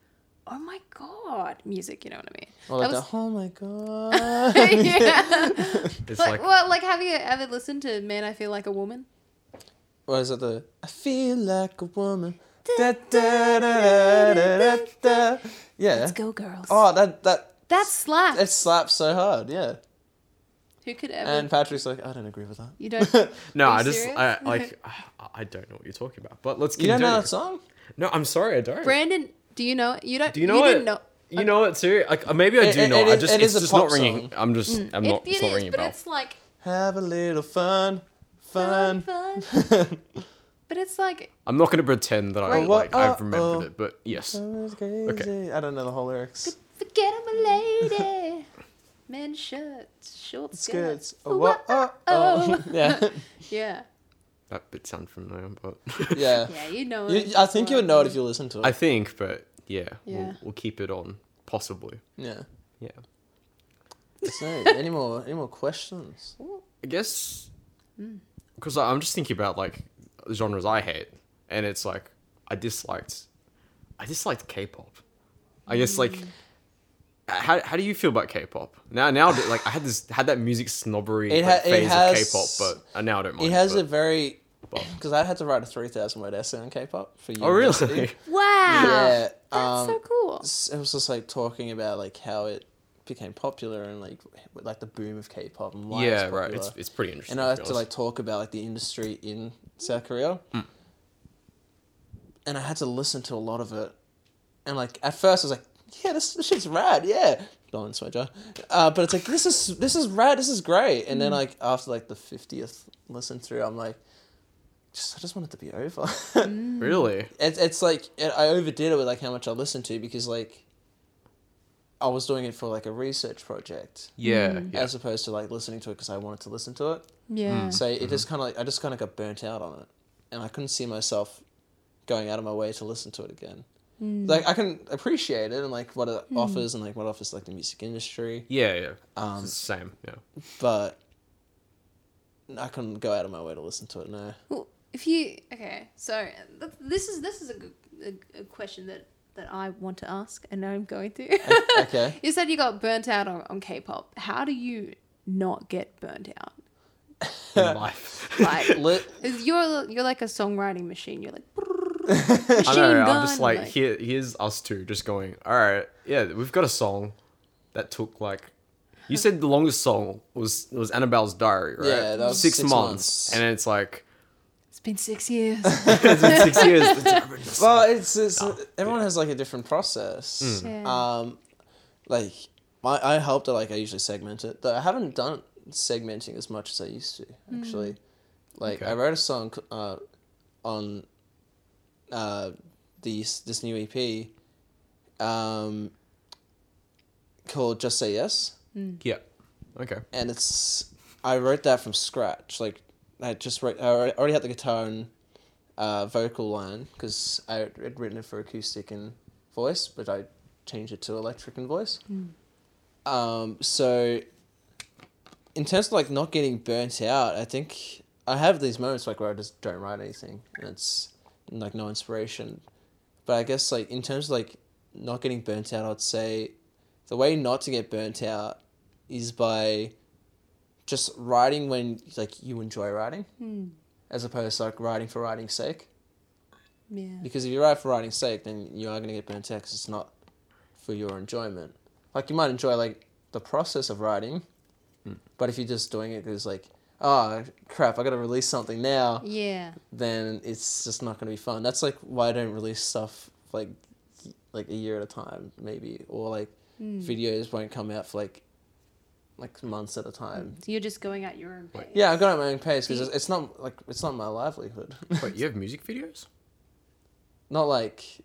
Speaker 5: oh my god music. You know what I mean?
Speaker 1: Or like
Speaker 5: That
Speaker 1: the, oh my god.
Speaker 5: was- yeah.
Speaker 3: It's
Speaker 5: like,
Speaker 3: like,
Speaker 5: well, like have you ever listened to "Man I Feel Like a Woman"?
Speaker 1: What is it? The I feel like a woman. Da, da, da, da, da, da, da. Yeah.
Speaker 5: Let's go, girls.
Speaker 1: Oh, that that
Speaker 5: that slap.
Speaker 1: it slaps so hard. Yeah.
Speaker 5: Who could ever?
Speaker 1: And Patrick's like, I don't agree with that.
Speaker 5: you don't.
Speaker 3: no,
Speaker 5: Are
Speaker 3: I
Speaker 5: you
Speaker 3: just I,
Speaker 5: serious?
Speaker 3: like I- I don't know what you're talking about. But let's
Speaker 1: You
Speaker 3: continue.
Speaker 1: don't know that song?
Speaker 3: No, I'm sorry, I don't.
Speaker 5: Brandon, do you know? it? You don't.
Speaker 3: do you know
Speaker 5: you
Speaker 3: it?
Speaker 5: didn't know.
Speaker 3: You know it too? Like uh, maybe I
Speaker 1: It-
Speaker 3: do
Speaker 1: it-
Speaker 3: know.
Speaker 1: it
Speaker 3: I
Speaker 1: is-
Speaker 3: just
Speaker 1: it
Speaker 3: it's
Speaker 1: is a
Speaker 3: just not
Speaker 1: pop
Speaker 3: ringing.
Speaker 1: song.
Speaker 3: I'm just I'm
Speaker 5: Mm. It-
Speaker 3: not.
Speaker 5: it
Speaker 3: It's not
Speaker 5: is,
Speaker 3: ringing a
Speaker 5: but
Speaker 3: bell.
Speaker 5: it's like
Speaker 1: Have a little fun, fun.
Speaker 5: fun. but it's like
Speaker 3: I'm not going to pretend that I
Speaker 1: Right.
Speaker 3: like
Speaker 1: Well,
Speaker 3: I've
Speaker 1: uh,
Speaker 3: remembered
Speaker 1: uh,
Speaker 3: it. But yes,
Speaker 1: Summer's Crazy. I don't know the whole lyrics.
Speaker 5: Forget I'm a lady. Men shirts, short skirts.
Speaker 1: Skirts. Oh, what? Oh, oh. yeah.
Speaker 5: Yeah.
Speaker 3: that bit sounds familiar, but
Speaker 1: Yeah.
Speaker 5: Yeah, you know it.
Speaker 1: You, I think you would know it if you listen to it.
Speaker 3: I think. But yeah,
Speaker 5: Yeah.
Speaker 3: We'll, we'll keep it on possibly.
Speaker 1: yeah.
Speaker 3: Yeah.
Speaker 1: So, any more any more questions?
Speaker 3: I guess because I'm just thinking about like genres I hate, and it's like I disliked, I disliked K-pop. I guess like how, how do you feel about K-pop now? Now that, like I had this had that music snobbery
Speaker 1: It
Speaker 3: like,
Speaker 1: ha- it
Speaker 3: phase
Speaker 1: has-
Speaker 3: of K-pop, but uh, now I don't mind.
Speaker 1: It has a
Speaker 3: but,
Speaker 1: very
Speaker 3: but-
Speaker 1: because I had to write a three thousand word essay on K-pop for you.
Speaker 3: oh really?
Speaker 5: Wow.
Speaker 1: Yeah.
Speaker 5: That's so
Speaker 1: um,
Speaker 5: cool.
Speaker 1: s- it was just like talking about like how it became popular and like w- like the boom of K-pop and why
Speaker 3: yeah,
Speaker 1: it's
Speaker 3: right.
Speaker 1: popular.
Speaker 3: It's it's pretty interesting.
Speaker 1: and I
Speaker 3: to be
Speaker 1: had to like
Speaker 3: honest.
Speaker 1: talk about like the industry in South Korea, and I had to listen to a lot of it, and like at first I was like, yeah, this, this shit's rad, yeah. Don't swear, Joe. Uh, but it's like this is this is rad, this is great. And then like after like the fiftieth listen through, I'm like, just I just want it to be over.
Speaker 3: Mm. really.
Speaker 1: it's it's like it, I overdid it with like how much I listened to because like I was doing it for like a research project
Speaker 3: Yeah, yeah.
Speaker 1: Mm. as opposed to like listening to it because I wanted to listen to it.
Speaker 5: Yeah.
Speaker 1: hmm, So it just kind of like I just kind of got burnt out on it, and I couldn't see myself going out of my way to listen to it again. Like I can appreciate it and like what it offers and like what it offers like the music industry,
Speaker 3: yeah, yeah.
Speaker 1: Um,
Speaker 3: it's the same. Yeah.
Speaker 1: but I couldn't go out of my way to listen to it. No,
Speaker 5: Well, if you okay, so th- this is this is a, good, a, a question that that I want to ask, and I'm going to.
Speaker 1: okay.
Speaker 5: you said you got burnt out on, on K-pop. How do you not get burnt out?
Speaker 3: In life.
Speaker 5: Like,
Speaker 1: Lit-
Speaker 5: is- you're you're like a songwriting machine. You're like
Speaker 3: I
Speaker 5: machine
Speaker 3: know.
Speaker 5: gun.
Speaker 3: I'm just like,
Speaker 5: like-
Speaker 3: here, here's us two just going. All right, yeah, we've got a song that took like. You said the longest song was was Annabelle's Diary, right?
Speaker 1: Yeah, that was six months.
Speaker 3: and then it's like
Speaker 5: It's been six years.
Speaker 3: it's been six years. It's-
Speaker 1: Well, it's, it's everyone has like a different process.
Speaker 5: Yeah.
Speaker 1: Um, like my, I helped that like I usually segment it, though I haven't done segmenting as much as I used to actually. Like
Speaker 3: Okay.
Speaker 1: I wrote a song uh, on uh, these this new EP um, called "Just Say Yes,"
Speaker 3: yeah, okay,
Speaker 1: and it's I wrote that from scratch. Like I just wrote, I alre- already had the guitar and uh, vocal line because I had written it for acoustic and voice, but I changed it to electric and voice. Um, so in terms of like not getting burnt out, I think I have these moments like where I just don't write anything and it's like no inspiration. But I guess like in terms of like not getting burnt out, I'd say the way not to get burnt out is by just writing when like you enjoy writing,
Speaker 5: Hmm.
Speaker 1: as opposed to like writing for writing's sake.
Speaker 5: Yeah.
Speaker 1: Because if you write for writing's sake, then you are going to get burnt out because it's not for your enjoyment. Like you might enjoy like the process of writing, but if you're just doing it because like, oh crap, I got to release something now,
Speaker 5: Yeah.
Speaker 1: then it's just not going to be fun. That's like why I don't release stuff like like a year at a time maybe, or like videos won't come out for like like months at a time.
Speaker 5: So you're just going at your own pace.
Speaker 1: Yeah, I've got it at my own pace because it's not like it's not my livelihood.
Speaker 3: Wait, you have music videos?
Speaker 1: not like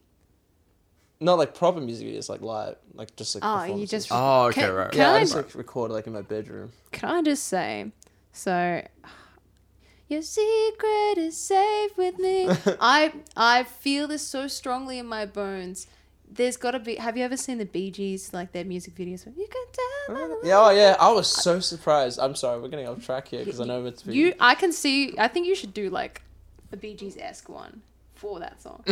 Speaker 1: not like proper music videos like live like just like
Speaker 5: Oh, you
Speaker 1: performances.
Speaker 5: just.
Speaker 3: Oh, okay,
Speaker 5: Can-
Speaker 3: right.
Speaker 5: can
Speaker 1: yeah
Speaker 5: I
Speaker 1: I just like record like in my bedroom
Speaker 5: Can I just say, so your secret is safe with me. I I feel this so strongly in my bones. There's got to be. Have you ever seen the Bee Gees like their music videos? where You can tell by the way.
Speaker 1: yeah oh yeah I was so surprised I'm sorry we're getting off track here because I know it's
Speaker 5: You, I can see. I think you should do like a Bee Gees esque one for that song.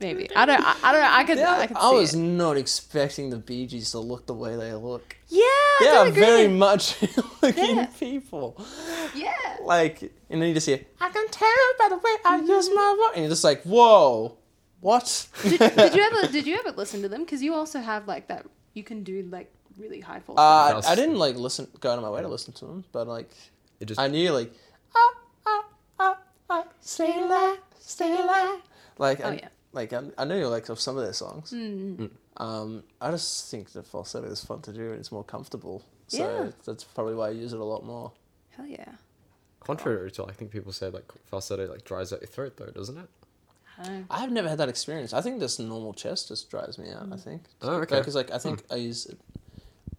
Speaker 5: Maybe I don't. I, I don't. know. I could.
Speaker 1: yeah,
Speaker 5: I could.
Speaker 1: I,
Speaker 5: see
Speaker 1: was
Speaker 5: It.
Speaker 1: not expecting the Bee Gees to look the way they look.
Speaker 5: Yeah. I
Speaker 1: They
Speaker 5: don't
Speaker 1: are
Speaker 5: agree.
Speaker 1: very much looking
Speaker 5: Yeah.
Speaker 1: people.
Speaker 5: Yeah.
Speaker 1: Like, and then you just hear, I can tell by the way
Speaker 5: Mm-hmm.
Speaker 1: I use my voice. And you're just like, whoa, what?
Speaker 5: Did you ever? Did you ever listen to them? Because you also have like that. You can do like really high falsetto.
Speaker 1: Uh,
Speaker 3: That's-
Speaker 1: I didn't like listen, go out of my way to listen to them, but like,
Speaker 3: It just
Speaker 1: I knew like, ah, ah, ah, ah, stay alive, stay alive. Like, I,
Speaker 5: Oh, yeah.
Speaker 1: like I, I know you like of some of their songs.
Speaker 5: Hmm,
Speaker 1: Um, I just think the falsetto is fun to do and it's more comfortable. So
Speaker 5: Yeah.
Speaker 1: that's probably why I use it a lot more.
Speaker 5: Hell yeah.
Speaker 3: contrary to I think people say like falsetto like dries out your throat though, doesn't it?
Speaker 5: I don't know.
Speaker 1: I've never had that experience. I think this normal chest just drives me out. I think.
Speaker 3: Oh, okay.
Speaker 1: Because like I think I use,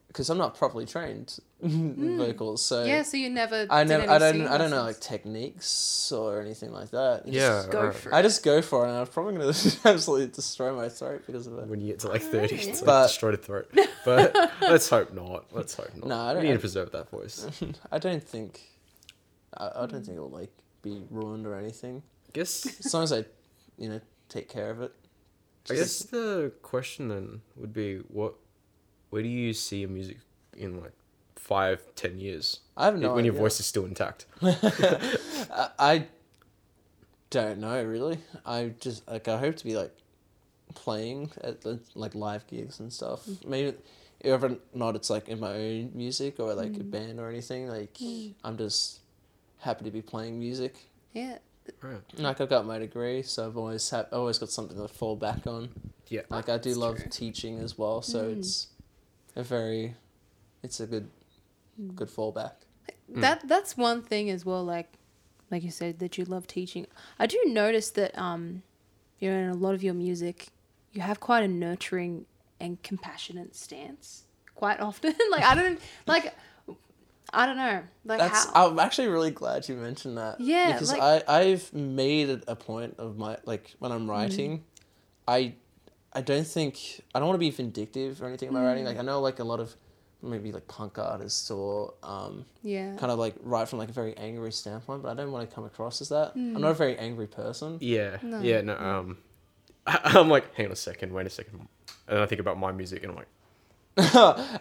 Speaker 1: because I'm not properly trained in vocals, so
Speaker 5: Yeah, so you never.
Speaker 1: I
Speaker 5: did
Speaker 1: never,
Speaker 5: any
Speaker 1: I don't,
Speaker 5: singing
Speaker 1: I don't know like
Speaker 5: lessons.
Speaker 1: techniques or anything like that. It's just-
Speaker 5: go
Speaker 3: alright.
Speaker 5: for it.
Speaker 1: I just go for it, and I'm probably gonna absolutely destroy my throat because of it.
Speaker 3: When you get to like
Speaker 5: Oh,
Speaker 3: thirty, it's like
Speaker 1: But-
Speaker 3: destroyed throat. But let's hope not. Let's hope not.
Speaker 1: No, I don't-
Speaker 3: we need to preserve that voice.
Speaker 1: I don't think, I, I don't think it'll like be ruined or anything.
Speaker 3: guess
Speaker 1: As long as I, you know, take care of it.
Speaker 3: I guess
Speaker 1: Just-
Speaker 3: the question then would be what where do you see your music in like five, ten years?
Speaker 1: I have no
Speaker 3: when your
Speaker 1: idea.
Speaker 3: voice is still intact.
Speaker 1: I, I don't know really. I just like I hope to be like playing at the, like live gigs and stuff.
Speaker 5: Mm.
Speaker 1: Maybe if I'm not it's like in my own music or like
Speaker 5: Mm.
Speaker 1: a band or anything. Like I'm just happy to be playing music.
Speaker 5: Yeah.
Speaker 3: Right.
Speaker 1: Like I've got my degree, so I've always ha- I've always got something to fall back on.
Speaker 3: Yeah.
Speaker 1: Like I do
Speaker 5: That's
Speaker 1: love
Speaker 5: true. Mm.
Speaker 1: teaching as well, so it's a very it's a good
Speaker 5: Mm.
Speaker 1: good fallback. Hmm.
Speaker 5: That that's one thing as well. Like, like you said, that you love teaching. I do notice that um, you know, in a lot of your music, you have quite a nurturing and compassionate stance. Quite often, like I don't like. I don't know, like
Speaker 1: That's
Speaker 5: how.
Speaker 1: I'm actually really glad you mentioned that.
Speaker 5: Yeah,
Speaker 1: Because
Speaker 5: like- Mm-hmm.
Speaker 1: I, I've made it a point of my like when I'm writing, I I don't think I don't want to be vindictive or anything in my
Speaker 5: Mm-hmm.
Speaker 1: writing. Like I know like a lot of maybe like punk artists or um,
Speaker 5: yeah.
Speaker 1: kind of like write from like a very angry standpoint, but I don't want to come across as that.
Speaker 5: Mm.
Speaker 1: I'm not a very angry person.
Speaker 3: Yeah. Yeah, no, um I, am like, hang on a second, wait a second. And I think about my music and I'm like,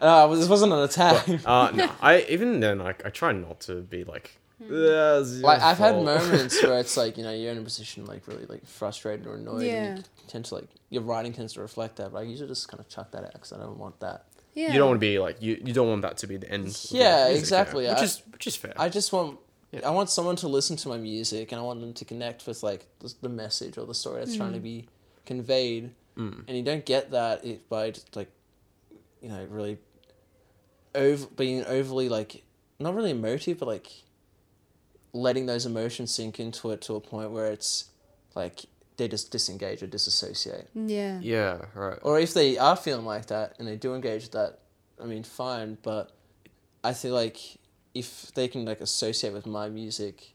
Speaker 1: Uh, this wasn't an attack.
Speaker 3: uh no. I even then like I try not to be like "Yeah, it's your
Speaker 1: like I've had
Speaker 3: fault."
Speaker 1: moments where it's like you know you're in a position like really like frustrated or annoyed, and
Speaker 5: Yeah.
Speaker 1: you tend to like your writing tends to reflect that. But I usually just kind of chuck that out because I don't want that.
Speaker 5: yeah.
Speaker 3: You don't want to be like you, you don't want that to be the end. of your
Speaker 1: Yeah,
Speaker 3: music,
Speaker 1: exactly.
Speaker 3: Which
Speaker 1: I-
Speaker 3: is which is fair.
Speaker 1: I just want I want someone to listen to my music and I want them to connect with like the, the message or the story that's trying to be conveyed. And you don't get that if by just like you know really over being overly like not really emotive but like letting those emotions sink into it to a point where it's like they just disengage or disassociate.
Speaker 5: Yeah.
Speaker 3: yeah, right.
Speaker 1: Or if they are feeling like that and they do engage with that, I mean, fine. But I feel like if they can like associate with my music,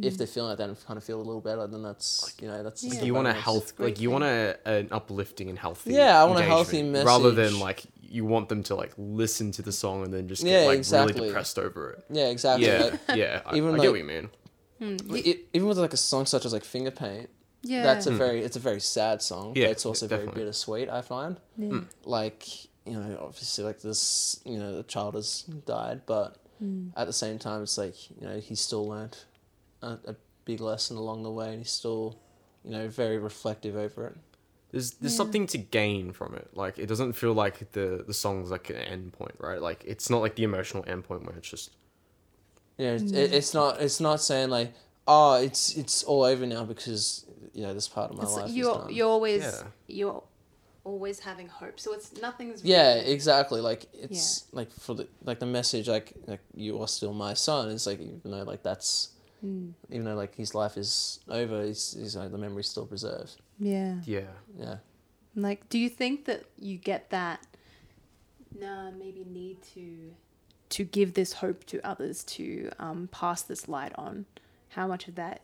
Speaker 1: if they're feeling like that and kind of feel a little better, then that's you know that's
Speaker 5: Like,
Speaker 1: just
Speaker 5: Mm. Yeah.
Speaker 1: a
Speaker 3: you want a
Speaker 1: bonus.
Speaker 3: health,
Speaker 5: great
Speaker 3: like you
Speaker 5: thing.
Speaker 3: want a, an uplifting and healthy.
Speaker 1: Yeah, I want a healthy
Speaker 3: engagement, rather than
Speaker 1: message.
Speaker 3: like you want them to like listen to the song and then just
Speaker 1: Yeah,
Speaker 3: get like
Speaker 1: exactly.
Speaker 3: really depressed over it.
Speaker 1: Yeah, exactly.
Speaker 3: Yeah,
Speaker 1: Like,
Speaker 3: yeah. I,
Speaker 1: Even,
Speaker 3: I get
Speaker 1: like-
Speaker 3: what you mean.
Speaker 1: e- e- even with like a song such as like Finger Paint,
Speaker 5: Hmm. Yeah.
Speaker 1: that's a very it's a very sad song.
Speaker 3: Yeah,
Speaker 1: but it's also
Speaker 3: definitely.
Speaker 1: very bittersweet. I find
Speaker 5: Yeah.
Speaker 1: like you know obviously like this you know the child has died, but at the same time it's like you know he still learned a, a big lesson along the way, and he's still you know very reflective over it.
Speaker 3: There's there's something to gain from it. Like it doesn't feel like the the song's like an end point, right? Like it's not like the emotional end point where it's just
Speaker 1: you know, it's it, it's not it's not saying like oh it's it's all over now because you know this part of my
Speaker 5: It's-
Speaker 1: life is
Speaker 5: you're
Speaker 1: done.
Speaker 5: you're always
Speaker 3: Yeah.
Speaker 5: you're always having hope. So it's nothing's
Speaker 1: yeah exactly like it's like for the like the message like like you are still my son it's like even though like that's
Speaker 5: Mm,
Speaker 1: even though like his life is over he's, he's like the memory's still preserved
Speaker 5: yeah.
Speaker 3: yeah.
Speaker 1: yeah
Speaker 5: Like, do you think that you get that? Nah, maybe need to to give this hope to others to um, pass this light on. How much of that,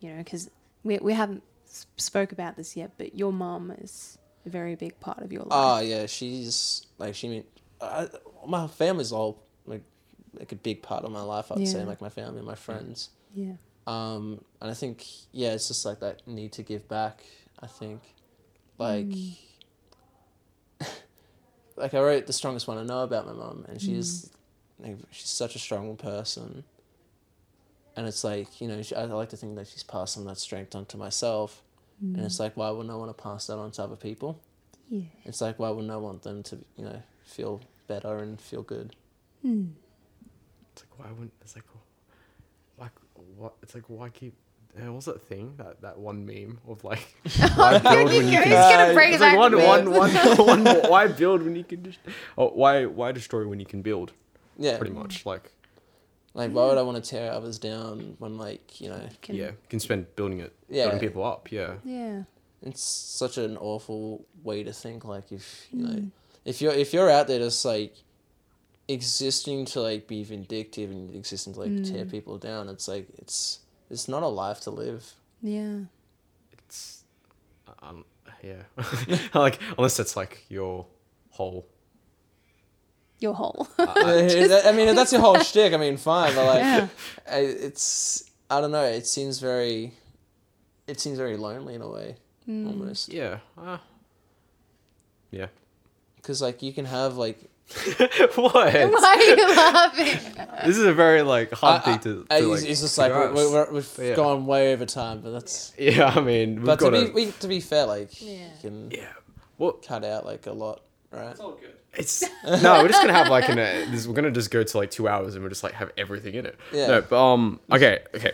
Speaker 5: you know, because we we haven't s- spoke about this yet, but your mom is a very big part of your
Speaker 1: Ah,
Speaker 5: life.
Speaker 1: yeah, she's like she mean, I, my family's all like like a big part of my life. I'd say
Speaker 5: Yeah.
Speaker 1: like my family, my friends.
Speaker 5: yeah,
Speaker 1: Um, and I think yeah, it's just like that need to give back. I think, like,
Speaker 5: Mm.
Speaker 1: like I wrote the strongest one I know about my mum, and she's
Speaker 5: Mm.
Speaker 1: like she's such a strong person. And it's like you know she, I like to think that she's passed some of that strength on to myself, and
Speaker 5: Mm.
Speaker 1: it's like why wouldn't I want to pass that on to other people?
Speaker 5: yeah.
Speaker 1: It's like why wouldn't I want them to you know feel better and feel good?
Speaker 5: Mm.
Speaker 3: It's like why wouldn't it's like why what it's like why keep and what's that thing that that one meme of like why build when you
Speaker 5: He's
Speaker 3: can
Speaker 5: gonna bring it
Speaker 3: it's like
Speaker 5: back.
Speaker 3: one,
Speaker 5: with-
Speaker 3: one, one, one, more- why build when you can just oh, why why destroy when you can build
Speaker 1: Yeah,
Speaker 3: pretty much like
Speaker 1: Like why would I want to tear others down when like you know
Speaker 5: Can-
Speaker 3: yeah you can spend building it
Speaker 1: Yeah.
Speaker 3: building people up yeah
Speaker 5: yeah,
Speaker 1: it's such an awful way to think like if you know if you're if you're out there just like existing to like be vindictive and existing to like tear people down it's like it's it's not a life to live
Speaker 5: yeah.
Speaker 3: it's um yeah like unless it's like your whole
Speaker 5: Your whole.
Speaker 1: i mean if that's your whole shtick i mean fine but like
Speaker 5: Yeah.
Speaker 1: I, it's i don't know it seems very it seems very lonely in a way almost
Speaker 3: yeah uh, yeah
Speaker 1: because like you can have like
Speaker 3: what
Speaker 5: Why are you laughing?
Speaker 3: this is a very like hard
Speaker 1: I-
Speaker 3: thing to,
Speaker 1: I-
Speaker 3: to,
Speaker 1: it's,
Speaker 3: like,
Speaker 1: it's just like we're,
Speaker 3: grasp.
Speaker 1: we're, we're- we've
Speaker 3: Yeah.
Speaker 1: gone way over time but that's
Speaker 3: yeah i mean we've
Speaker 1: but
Speaker 3: got
Speaker 1: to
Speaker 3: to
Speaker 1: be, we, to be fair like
Speaker 5: Yeah.
Speaker 1: you can
Speaker 3: yeah well
Speaker 1: cut out like a lot right
Speaker 2: It's all good.
Speaker 3: It's no, we're just gonna have like an. Uh, this, we're gonna just go to like two hours and we'll just like have everything in it.
Speaker 1: Yeah.
Speaker 3: No, but um, okay, okay.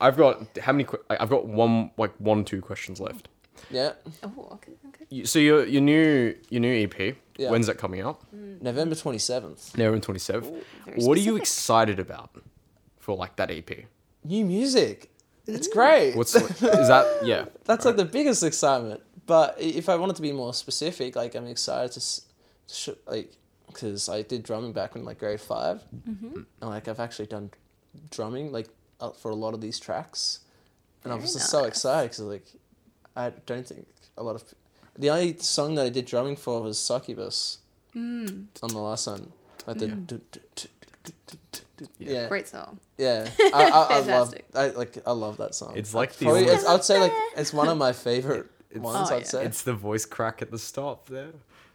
Speaker 3: I've got how many? que- I- I've got one, like one, two questions left.
Speaker 1: yeah
Speaker 5: Oh, okay, okay.
Speaker 3: You, so your your new your new EP.
Speaker 1: Yeah.
Speaker 3: When's that coming out?
Speaker 1: november 27th
Speaker 3: November twenty seventh.
Speaker 5: very
Speaker 3: What are you
Speaker 5: specific.
Speaker 3: excited about for like that EP?
Speaker 1: new music it's great
Speaker 3: What's is that? Yeah.
Speaker 1: that's like the biggest excitement but i- if i wanted to be more specific like i'm excited to s- to sh- like because i did drumming back in like grade 5 and like i've actually done drumming like uh, for a lot of these tracks and i
Speaker 5: Very
Speaker 1: was just so
Speaker 5: nice.
Speaker 1: excited because like i don't think a lot of the only song that i did drumming for was succubus
Speaker 5: Mm,
Speaker 1: on the last one like the do- do- do- do- do- do- do- yeah
Speaker 5: Great song.
Speaker 1: yeah, I, I, I love
Speaker 5: Fantastic.
Speaker 1: I like I love that song.
Speaker 3: It's like the
Speaker 1: Probably,
Speaker 3: only-
Speaker 1: it's, I'd say like it's one of my favorite ones.
Speaker 5: Oh,
Speaker 1: I'd
Speaker 5: yeah.
Speaker 1: say
Speaker 3: It's the voice crack at the stop there.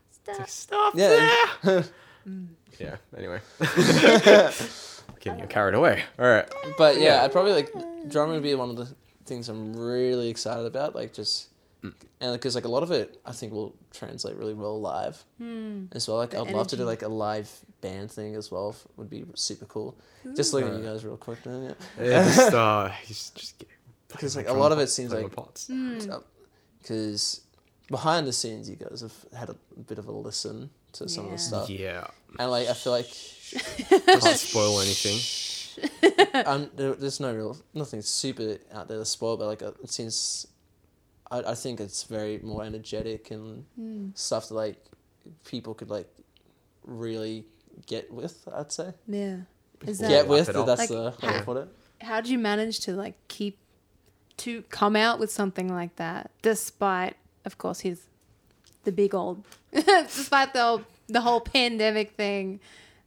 Speaker 3: It's like,
Speaker 5: Stop.
Speaker 3: stop
Speaker 1: Yeah.
Speaker 3: there. yeah. Anyway. Getting you carried away. All right.
Speaker 1: but yeah, I'd probably like drumming would be one of the things I'm really excited about. Like just and because like a lot of it I think will translate really well live
Speaker 3: Hmm.
Speaker 1: as well. Like I'd love to do like a live band thing as well. f- Would be super cool. Just looking at you guys real quick, don't you?
Speaker 3: Yeah, just, uh, he's just getting-
Speaker 1: Because
Speaker 3: playing
Speaker 1: like a
Speaker 3: my
Speaker 1: lot of
Speaker 3: drum
Speaker 1: it
Speaker 3: parts,
Speaker 1: seems
Speaker 3: playing
Speaker 1: like
Speaker 3: my parts.
Speaker 5: Mm,
Speaker 1: because behind the scenes you guys have had a bit of a listen to some of
Speaker 5: Yeah.
Speaker 1: the stuff.
Speaker 3: yeah,
Speaker 1: And like I feel like
Speaker 3: can't spoil anything.
Speaker 1: um, there, there's no real nothing super out there to spoil, but like uh, it seems, I, I think it's very more energetic and
Speaker 5: Hmm.
Speaker 1: stuff that like people could like really get with. I'd say
Speaker 5: Yeah. Is
Speaker 3: Yeah.
Speaker 5: that
Speaker 1: get
Speaker 3: wrap
Speaker 1: with.
Speaker 3: it
Speaker 1: If
Speaker 3: up.
Speaker 1: that's
Speaker 5: Like,
Speaker 1: the way
Speaker 5: yeah.
Speaker 1: to put it.
Speaker 5: how did you manage to like keep to come out with something like that despite of course his the big old despite the old the whole pandemic thing.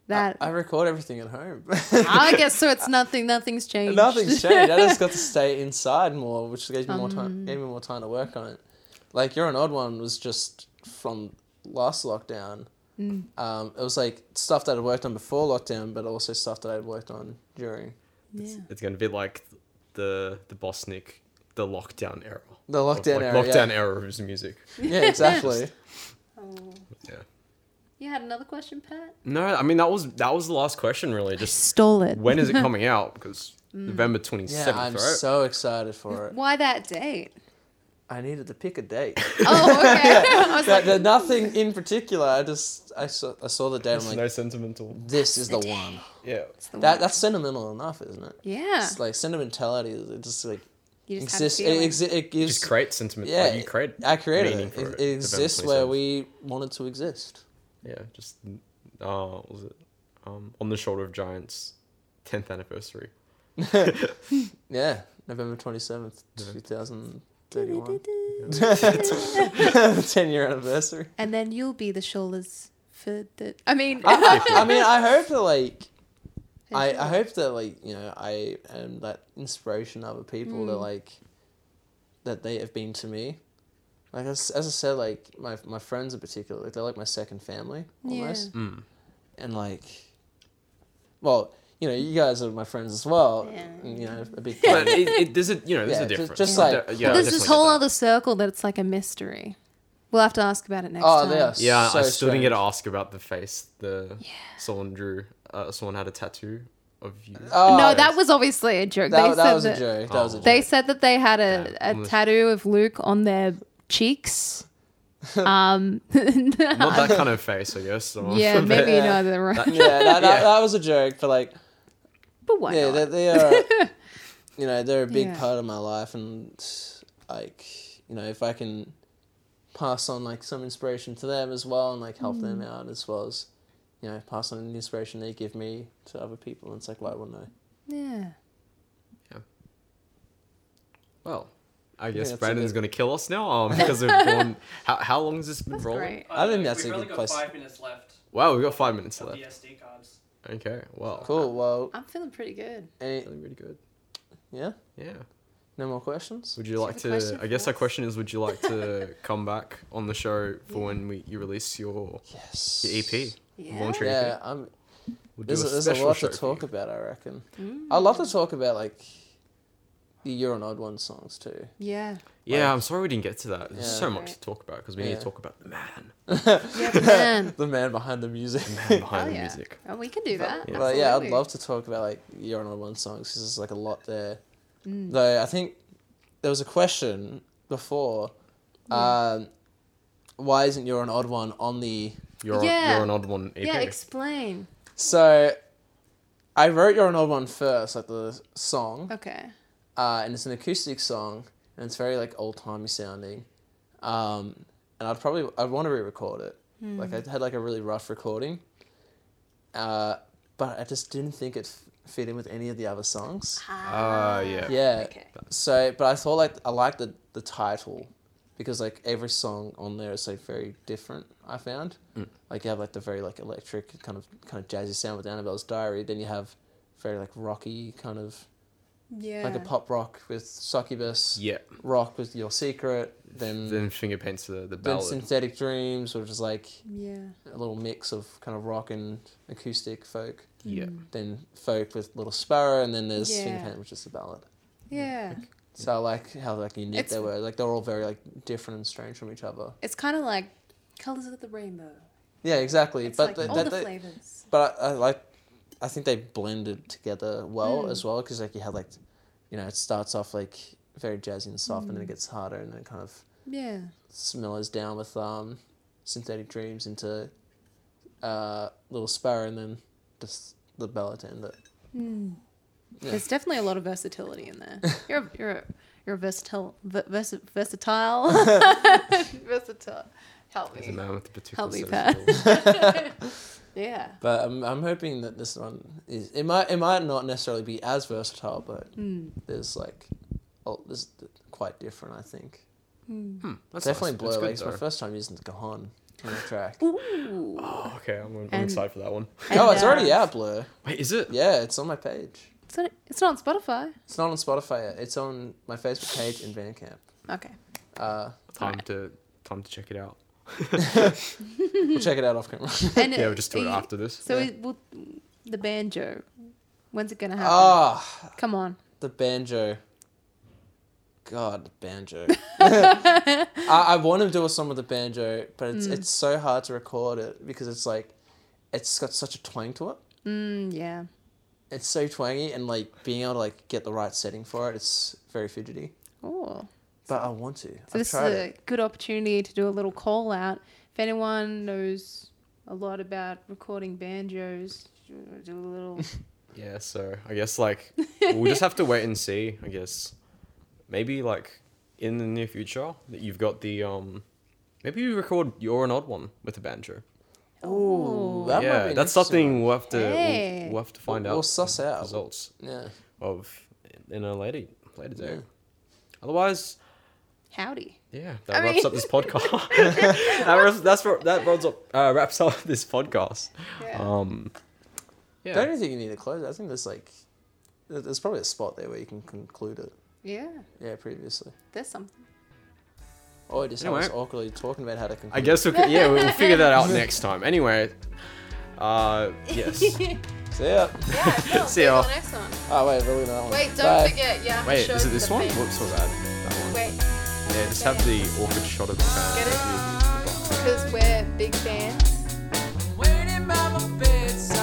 Speaker 5: That
Speaker 1: I record everything at home.
Speaker 5: I guess so. It's nothing. Nothing's changed.
Speaker 1: Nothing's changed. Um, I just got to stay inside more, which gave me more time, gave me more time to work on it. Like your an odd one was just from last lockdown. Um, it was like stuff that I'd worked on before lockdown, but also stuff that I'd worked on during
Speaker 5: yeah.
Speaker 3: It's gonna be like the the Bosnick, the lockdown era.
Speaker 1: the lockdown
Speaker 3: like,
Speaker 1: era.
Speaker 3: Lockdown
Speaker 1: yeah.
Speaker 3: era of his music.
Speaker 1: Yeah, exactly.
Speaker 3: Yeah.
Speaker 5: Oh. You had another question, Pat.
Speaker 3: No, I mean that was that was the last question really. Just
Speaker 5: Stole it.
Speaker 3: when is it coming out? Because November twenty
Speaker 1: yeah,
Speaker 3: seventh,
Speaker 1: I'm
Speaker 3: right?
Speaker 1: so excited for it.
Speaker 5: Why that date?
Speaker 1: I needed to pick a date.
Speaker 5: Oh, okay. I was
Speaker 1: But
Speaker 5: like,
Speaker 1: there's nothing in particular. I just I saw I saw the date.
Speaker 3: It's
Speaker 1: I'm
Speaker 3: no
Speaker 1: like,
Speaker 3: sentimental.
Speaker 1: this is the one.
Speaker 3: Yeah.
Speaker 5: "It's the
Speaker 1: That
Speaker 5: one."
Speaker 1: that's sentimental enough, isn't it?
Speaker 5: yeah.
Speaker 1: It's like sentimentality. It just like
Speaker 5: You just
Speaker 1: exists.
Speaker 5: have a
Speaker 1: It,
Speaker 5: feeling.
Speaker 1: exi- it gives.
Speaker 3: Just create sentiment.
Speaker 1: yeah,
Speaker 3: Yeah. you create.
Speaker 1: I created
Speaker 3: meaning
Speaker 1: it.
Speaker 3: for
Speaker 1: It,
Speaker 3: it,
Speaker 1: it
Speaker 3: November
Speaker 1: exists where
Speaker 3: 27th.
Speaker 1: we wanted to exist.
Speaker 3: Yeah. Just. Uh, what was it? Um, on the shoulder of giants, tenth anniversary.
Speaker 1: Yeah, November twenty seventh, two thousand thirty one. Ten year anniversary.
Speaker 5: and then you'll be the shoulders for the. I mean,
Speaker 1: I, I- I mean, I hope that like. I, I hope that like you know I am that inspiration to other people
Speaker 5: Mm.
Speaker 1: that like that they have been to me like as, as I said like my my friends in particular like they're like my second family
Speaker 5: Yeah.
Speaker 1: almost and like well you know you guys are my friends as well
Speaker 5: Yeah.
Speaker 1: and, you know a big
Speaker 3: But
Speaker 1: part.
Speaker 3: it, it, there's a you know there's
Speaker 1: Yeah,
Speaker 3: a
Speaker 1: ju-
Speaker 3: difference.
Speaker 1: just
Speaker 3: I
Speaker 1: like-
Speaker 3: de- yeah, I
Speaker 5: there's this
Speaker 3: definitely
Speaker 5: whole
Speaker 3: get that.
Speaker 5: other circle that it's like a mystery. We'll have to ask about it next
Speaker 1: Oh,
Speaker 5: time.
Speaker 1: they are
Speaker 3: Yeah,
Speaker 1: so
Speaker 3: I still didn't get to
Speaker 1: strange.
Speaker 3: ask about the face. The someone drew. Uh, someone had a tattoo of you.
Speaker 1: Oh,
Speaker 5: no, that was obviously a joke. they
Speaker 1: that, that
Speaker 5: said
Speaker 1: was a
Speaker 5: that-
Speaker 1: joke that was a
Speaker 3: Oh.
Speaker 1: joke
Speaker 5: They said that they had a,
Speaker 3: Yeah,
Speaker 5: a
Speaker 3: almost.
Speaker 5: tattoo of Luke on their cheeks. Um,
Speaker 3: Not that kind of face, I guess. so-
Speaker 5: yeah, maybe you
Speaker 1: Yeah.
Speaker 5: know they're right.
Speaker 1: yeah, that, that,
Speaker 3: Yeah.
Speaker 1: that was a joke but like
Speaker 5: But why
Speaker 1: yeah,
Speaker 5: not?
Speaker 1: they, they are. you know, they're a big
Speaker 5: Yeah.
Speaker 1: part of my life, and like, you know, if I can pass on like some inspiration to them as well, and like help
Speaker 5: Mm.
Speaker 1: them out as well as, you know, pass on the inspiration they give me to other people, and it's like, why wouldn't I?
Speaker 5: yeah.
Speaker 3: Well, I guess
Speaker 1: that's a
Speaker 3: Brandon's
Speaker 1: good-
Speaker 3: gonna kill us now um, because we've gone. How, how long has this been rolling?
Speaker 5: Great.
Speaker 1: I think that's
Speaker 2: Uh, we've
Speaker 1: a
Speaker 2: only
Speaker 1: good
Speaker 2: got
Speaker 1: place-
Speaker 2: five minutes left
Speaker 3: Wow, we've got five minutes
Speaker 2: of the
Speaker 3: left.
Speaker 2: SD cards.
Speaker 3: Okay, well,
Speaker 1: Cool. Well,
Speaker 5: I'm feeling pretty good.
Speaker 1: any,
Speaker 3: Really, really good.
Speaker 1: yeah.
Speaker 3: Yeah.
Speaker 1: No more questions.
Speaker 3: Would you like
Speaker 5: have
Speaker 3: to?
Speaker 5: a question
Speaker 3: I guess
Speaker 5: for
Speaker 3: our
Speaker 5: us?
Speaker 3: question is: Would you like to come back on the show for when we you release your,
Speaker 1: Yes.
Speaker 3: your EP,
Speaker 5: Yeah.
Speaker 3: launch your E
Speaker 1: Yeah,
Speaker 3: EP?
Speaker 1: I'm.
Speaker 3: We'll do
Speaker 1: There's,
Speaker 3: a
Speaker 1: a, there's a
Speaker 3: special
Speaker 1: lot
Speaker 3: show
Speaker 1: to
Speaker 3: for
Speaker 1: talk
Speaker 3: you.
Speaker 1: about. I reckon.
Speaker 5: Mm.
Speaker 1: I'd love to talk about like the You're an Odd One songs too.
Speaker 5: Yeah.
Speaker 3: Yeah, I'm sorry we didn't get to that. There's
Speaker 1: Yeah.
Speaker 3: so much
Speaker 5: Right.
Speaker 3: to talk about because we need
Speaker 1: Yeah.
Speaker 3: to talk about the man
Speaker 5: Yeah, man.
Speaker 1: The man behind the music.
Speaker 3: behind
Speaker 5: Oh,
Speaker 3: the
Speaker 5: yeah.
Speaker 3: music.
Speaker 5: Oh, we can do that.
Speaker 1: But yeah, I'd
Speaker 5: absolutely.
Speaker 1: love to talk about like your number one songs because there's like a lot there.
Speaker 5: Mm.
Speaker 1: Though I think there was a question before.
Speaker 5: Mm.
Speaker 1: Um, why isn't your an odd one on the?
Speaker 3: You're
Speaker 5: Yeah.
Speaker 3: you're an odd one E EP.
Speaker 5: Yeah, explain.
Speaker 1: So, I wrote your an odd one first, like the song,
Speaker 5: Okay.
Speaker 1: uh, and it's an acoustic song, and it's very like old timey sounding. Um, and I'd probably I'd want to re-record it.
Speaker 5: Hmm.
Speaker 1: Like I had like a really rough recording, uh, but I just didn't think it f- fit in with any of the other songs.
Speaker 3: Ah, yeah.
Speaker 1: Yeah.
Speaker 5: Okay.
Speaker 1: So, but I thought like I like the the title because like every song on there is like very different. I found like you have like the very like electric kind of kind of jazzy sound with Annabelle's Diary. Then you have very like rocky kind of
Speaker 5: Yeah.
Speaker 1: like a pop rock with Succubus.
Speaker 3: Yeah.
Speaker 1: Rock with Your Secret. Then then,
Speaker 3: Then finger paints the the ballad.
Speaker 1: Synthetic Dreams, which is like
Speaker 5: Yeah.
Speaker 1: a little mix of kind of rock and acoustic folk.
Speaker 3: yeah.
Speaker 5: Mm.
Speaker 1: Then folk with Little Sparrow, and then there's Finger
Speaker 5: Yeah.
Speaker 1: Paint, which is the ballad.
Speaker 5: Yeah.
Speaker 1: So I like how like unique
Speaker 5: It's-
Speaker 1: they were. Like they're all very like different and strange from each other.
Speaker 5: It's kind of like colors of the rainbow.
Speaker 1: Yeah, exactly.
Speaker 5: It's
Speaker 1: but
Speaker 5: like
Speaker 1: the-
Speaker 5: all
Speaker 1: that-
Speaker 5: the
Speaker 1: they-
Speaker 5: flavors.
Speaker 1: but I, I like, I think they blended together well
Speaker 5: Hmm.
Speaker 1: as well because like you had like, you know, it starts off like very jazzy and soft,
Speaker 5: Hmm.
Speaker 1: and then it gets harder, and then it kind of
Speaker 5: Yeah.
Speaker 1: smells down with um, synthetic dreams into, uh, little sparrow, and then just the ballad to end it.
Speaker 5: Mm. There's definitely a lot of versatility in there. You're a, you're a, you're a versatile ver, versa- versatile versatile. Help
Speaker 3: The
Speaker 5: me.
Speaker 3: man with the particular
Speaker 5: me,
Speaker 3: set of
Speaker 5: Pat.
Speaker 3: skills.
Speaker 5: Yeah.
Speaker 1: But I'm, I'm hoping that this one is it might it might not necessarily be as versatile, but
Speaker 5: Mm.
Speaker 1: there's like oh there's quite different I think.
Speaker 3: That's
Speaker 1: Definitely
Speaker 3: nice.
Speaker 5: Mm.
Speaker 1: Blur
Speaker 3: Hmm, That's good,
Speaker 1: Like it's my
Speaker 3: though.
Speaker 1: first time using the Gahan. from the track.
Speaker 5: Ooh.
Speaker 3: Oh, okay, I'm, I'm
Speaker 5: And-
Speaker 3: excited for that one.
Speaker 1: oh, it's
Speaker 5: And, uh,
Speaker 1: already out, Blur.
Speaker 3: Wait, is it?
Speaker 1: Yeah, it's on my page.
Speaker 5: It's not, it's not on Spotify.
Speaker 1: It's not on Spotify yet. It's on my Facebook page and Bandcamp.
Speaker 5: Okay.
Speaker 1: Uh,
Speaker 3: Time to time to check it out.
Speaker 1: we'll check it out off camera.
Speaker 5: And
Speaker 3: Yeah, we'll just do
Speaker 5: are
Speaker 3: it
Speaker 5: you-
Speaker 3: after this.
Speaker 5: So
Speaker 1: Yeah.
Speaker 5: it will, the banjo. When's it gonna happen?
Speaker 1: Ah,
Speaker 5: Come on.
Speaker 1: the banjo. God, the banjo. I, I want to do a song with the banjo, but
Speaker 5: Mm.
Speaker 1: it's it's so hard to record it because it's like, it's got such a twang to it.
Speaker 5: Mm, yeah.
Speaker 1: It's so twangy, and like being able to like get the right setting for it, it's very fidgety.
Speaker 5: Oh.
Speaker 1: But I want to.
Speaker 5: So
Speaker 1: I've
Speaker 5: this is
Speaker 1: tried
Speaker 5: a
Speaker 1: it.
Speaker 5: good opportunity to do a little call out. If anyone knows a lot about recording banjos, do a little.
Speaker 3: Yeah, so I guess like we'll just have to wait and see. I guess maybe like in the near future that you've got the um maybe you record your an odd one with a banjo.
Speaker 1: Ooh,
Speaker 5: Ooh.
Speaker 1: that might be
Speaker 3: yeah,
Speaker 1: an
Speaker 3: that's
Speaker 1: interesting
Speaker 3: something we'll have to we'll-
Speaker 5: Hey.
Speaker 3: we'll, have to find
Speaker 1: We'll-
Speaker 3: out.
Speaker 1: we'll suss
Speaker 3: the
Speaker 1: out.
Speaker 3: results
Speaker 1: Yeah.
Speaker 3: of in a later later day.
Speaker 1: Yeah.
Speaker 3: Otherwise,
Speaker 5: Howdy.
Speaker 3: yeah, that
Speaker 5: I
Speaker 3: wraps
Speaker 5: mean-
Speaker 3: up this podcast. that wraps, that's what that wraps up uh, wraps up this podcast.
Speaker 5: Yeah.
Speaker 3: Um, yeah,
Speaker 1: I don't think you need to close. it. I think there's like, there- there's probably a spot there where you can conclude it.
Speaker 5: yeah.
Speaker 1: Yeah, previously.
Speaker 5: There's something.
Speaker 1: Or just I was
Speaker 3: Anyway.
Speaker 1: awkwardly talking about how to conclude.
Speaker 3: I guess we'll, yeah we'll figure that out next time. Anyway, uh, yes.
Speaker 1: it. So yeah.
Speaker 5: Yeah.
Speaker 3: See see you ya. on the
Speaker 5: next one.
Speaker 1: Oh wait, really that one.
Speaker 5: Wait, don't
Speaker 1: Bye.
Speaker 5: forget. Yeah.
Speaker 3: Wait, is it this one? Whoops, my bad. That one.
Speaker 5: Wait,
Speaker 3: Yeah, just have the awkward shot of the fan.
Speaker 5: Get it?
Speaker 3: If you- if you-
Speaker 5: because we're big fans.
Speaker 4: Waiting by my bedside.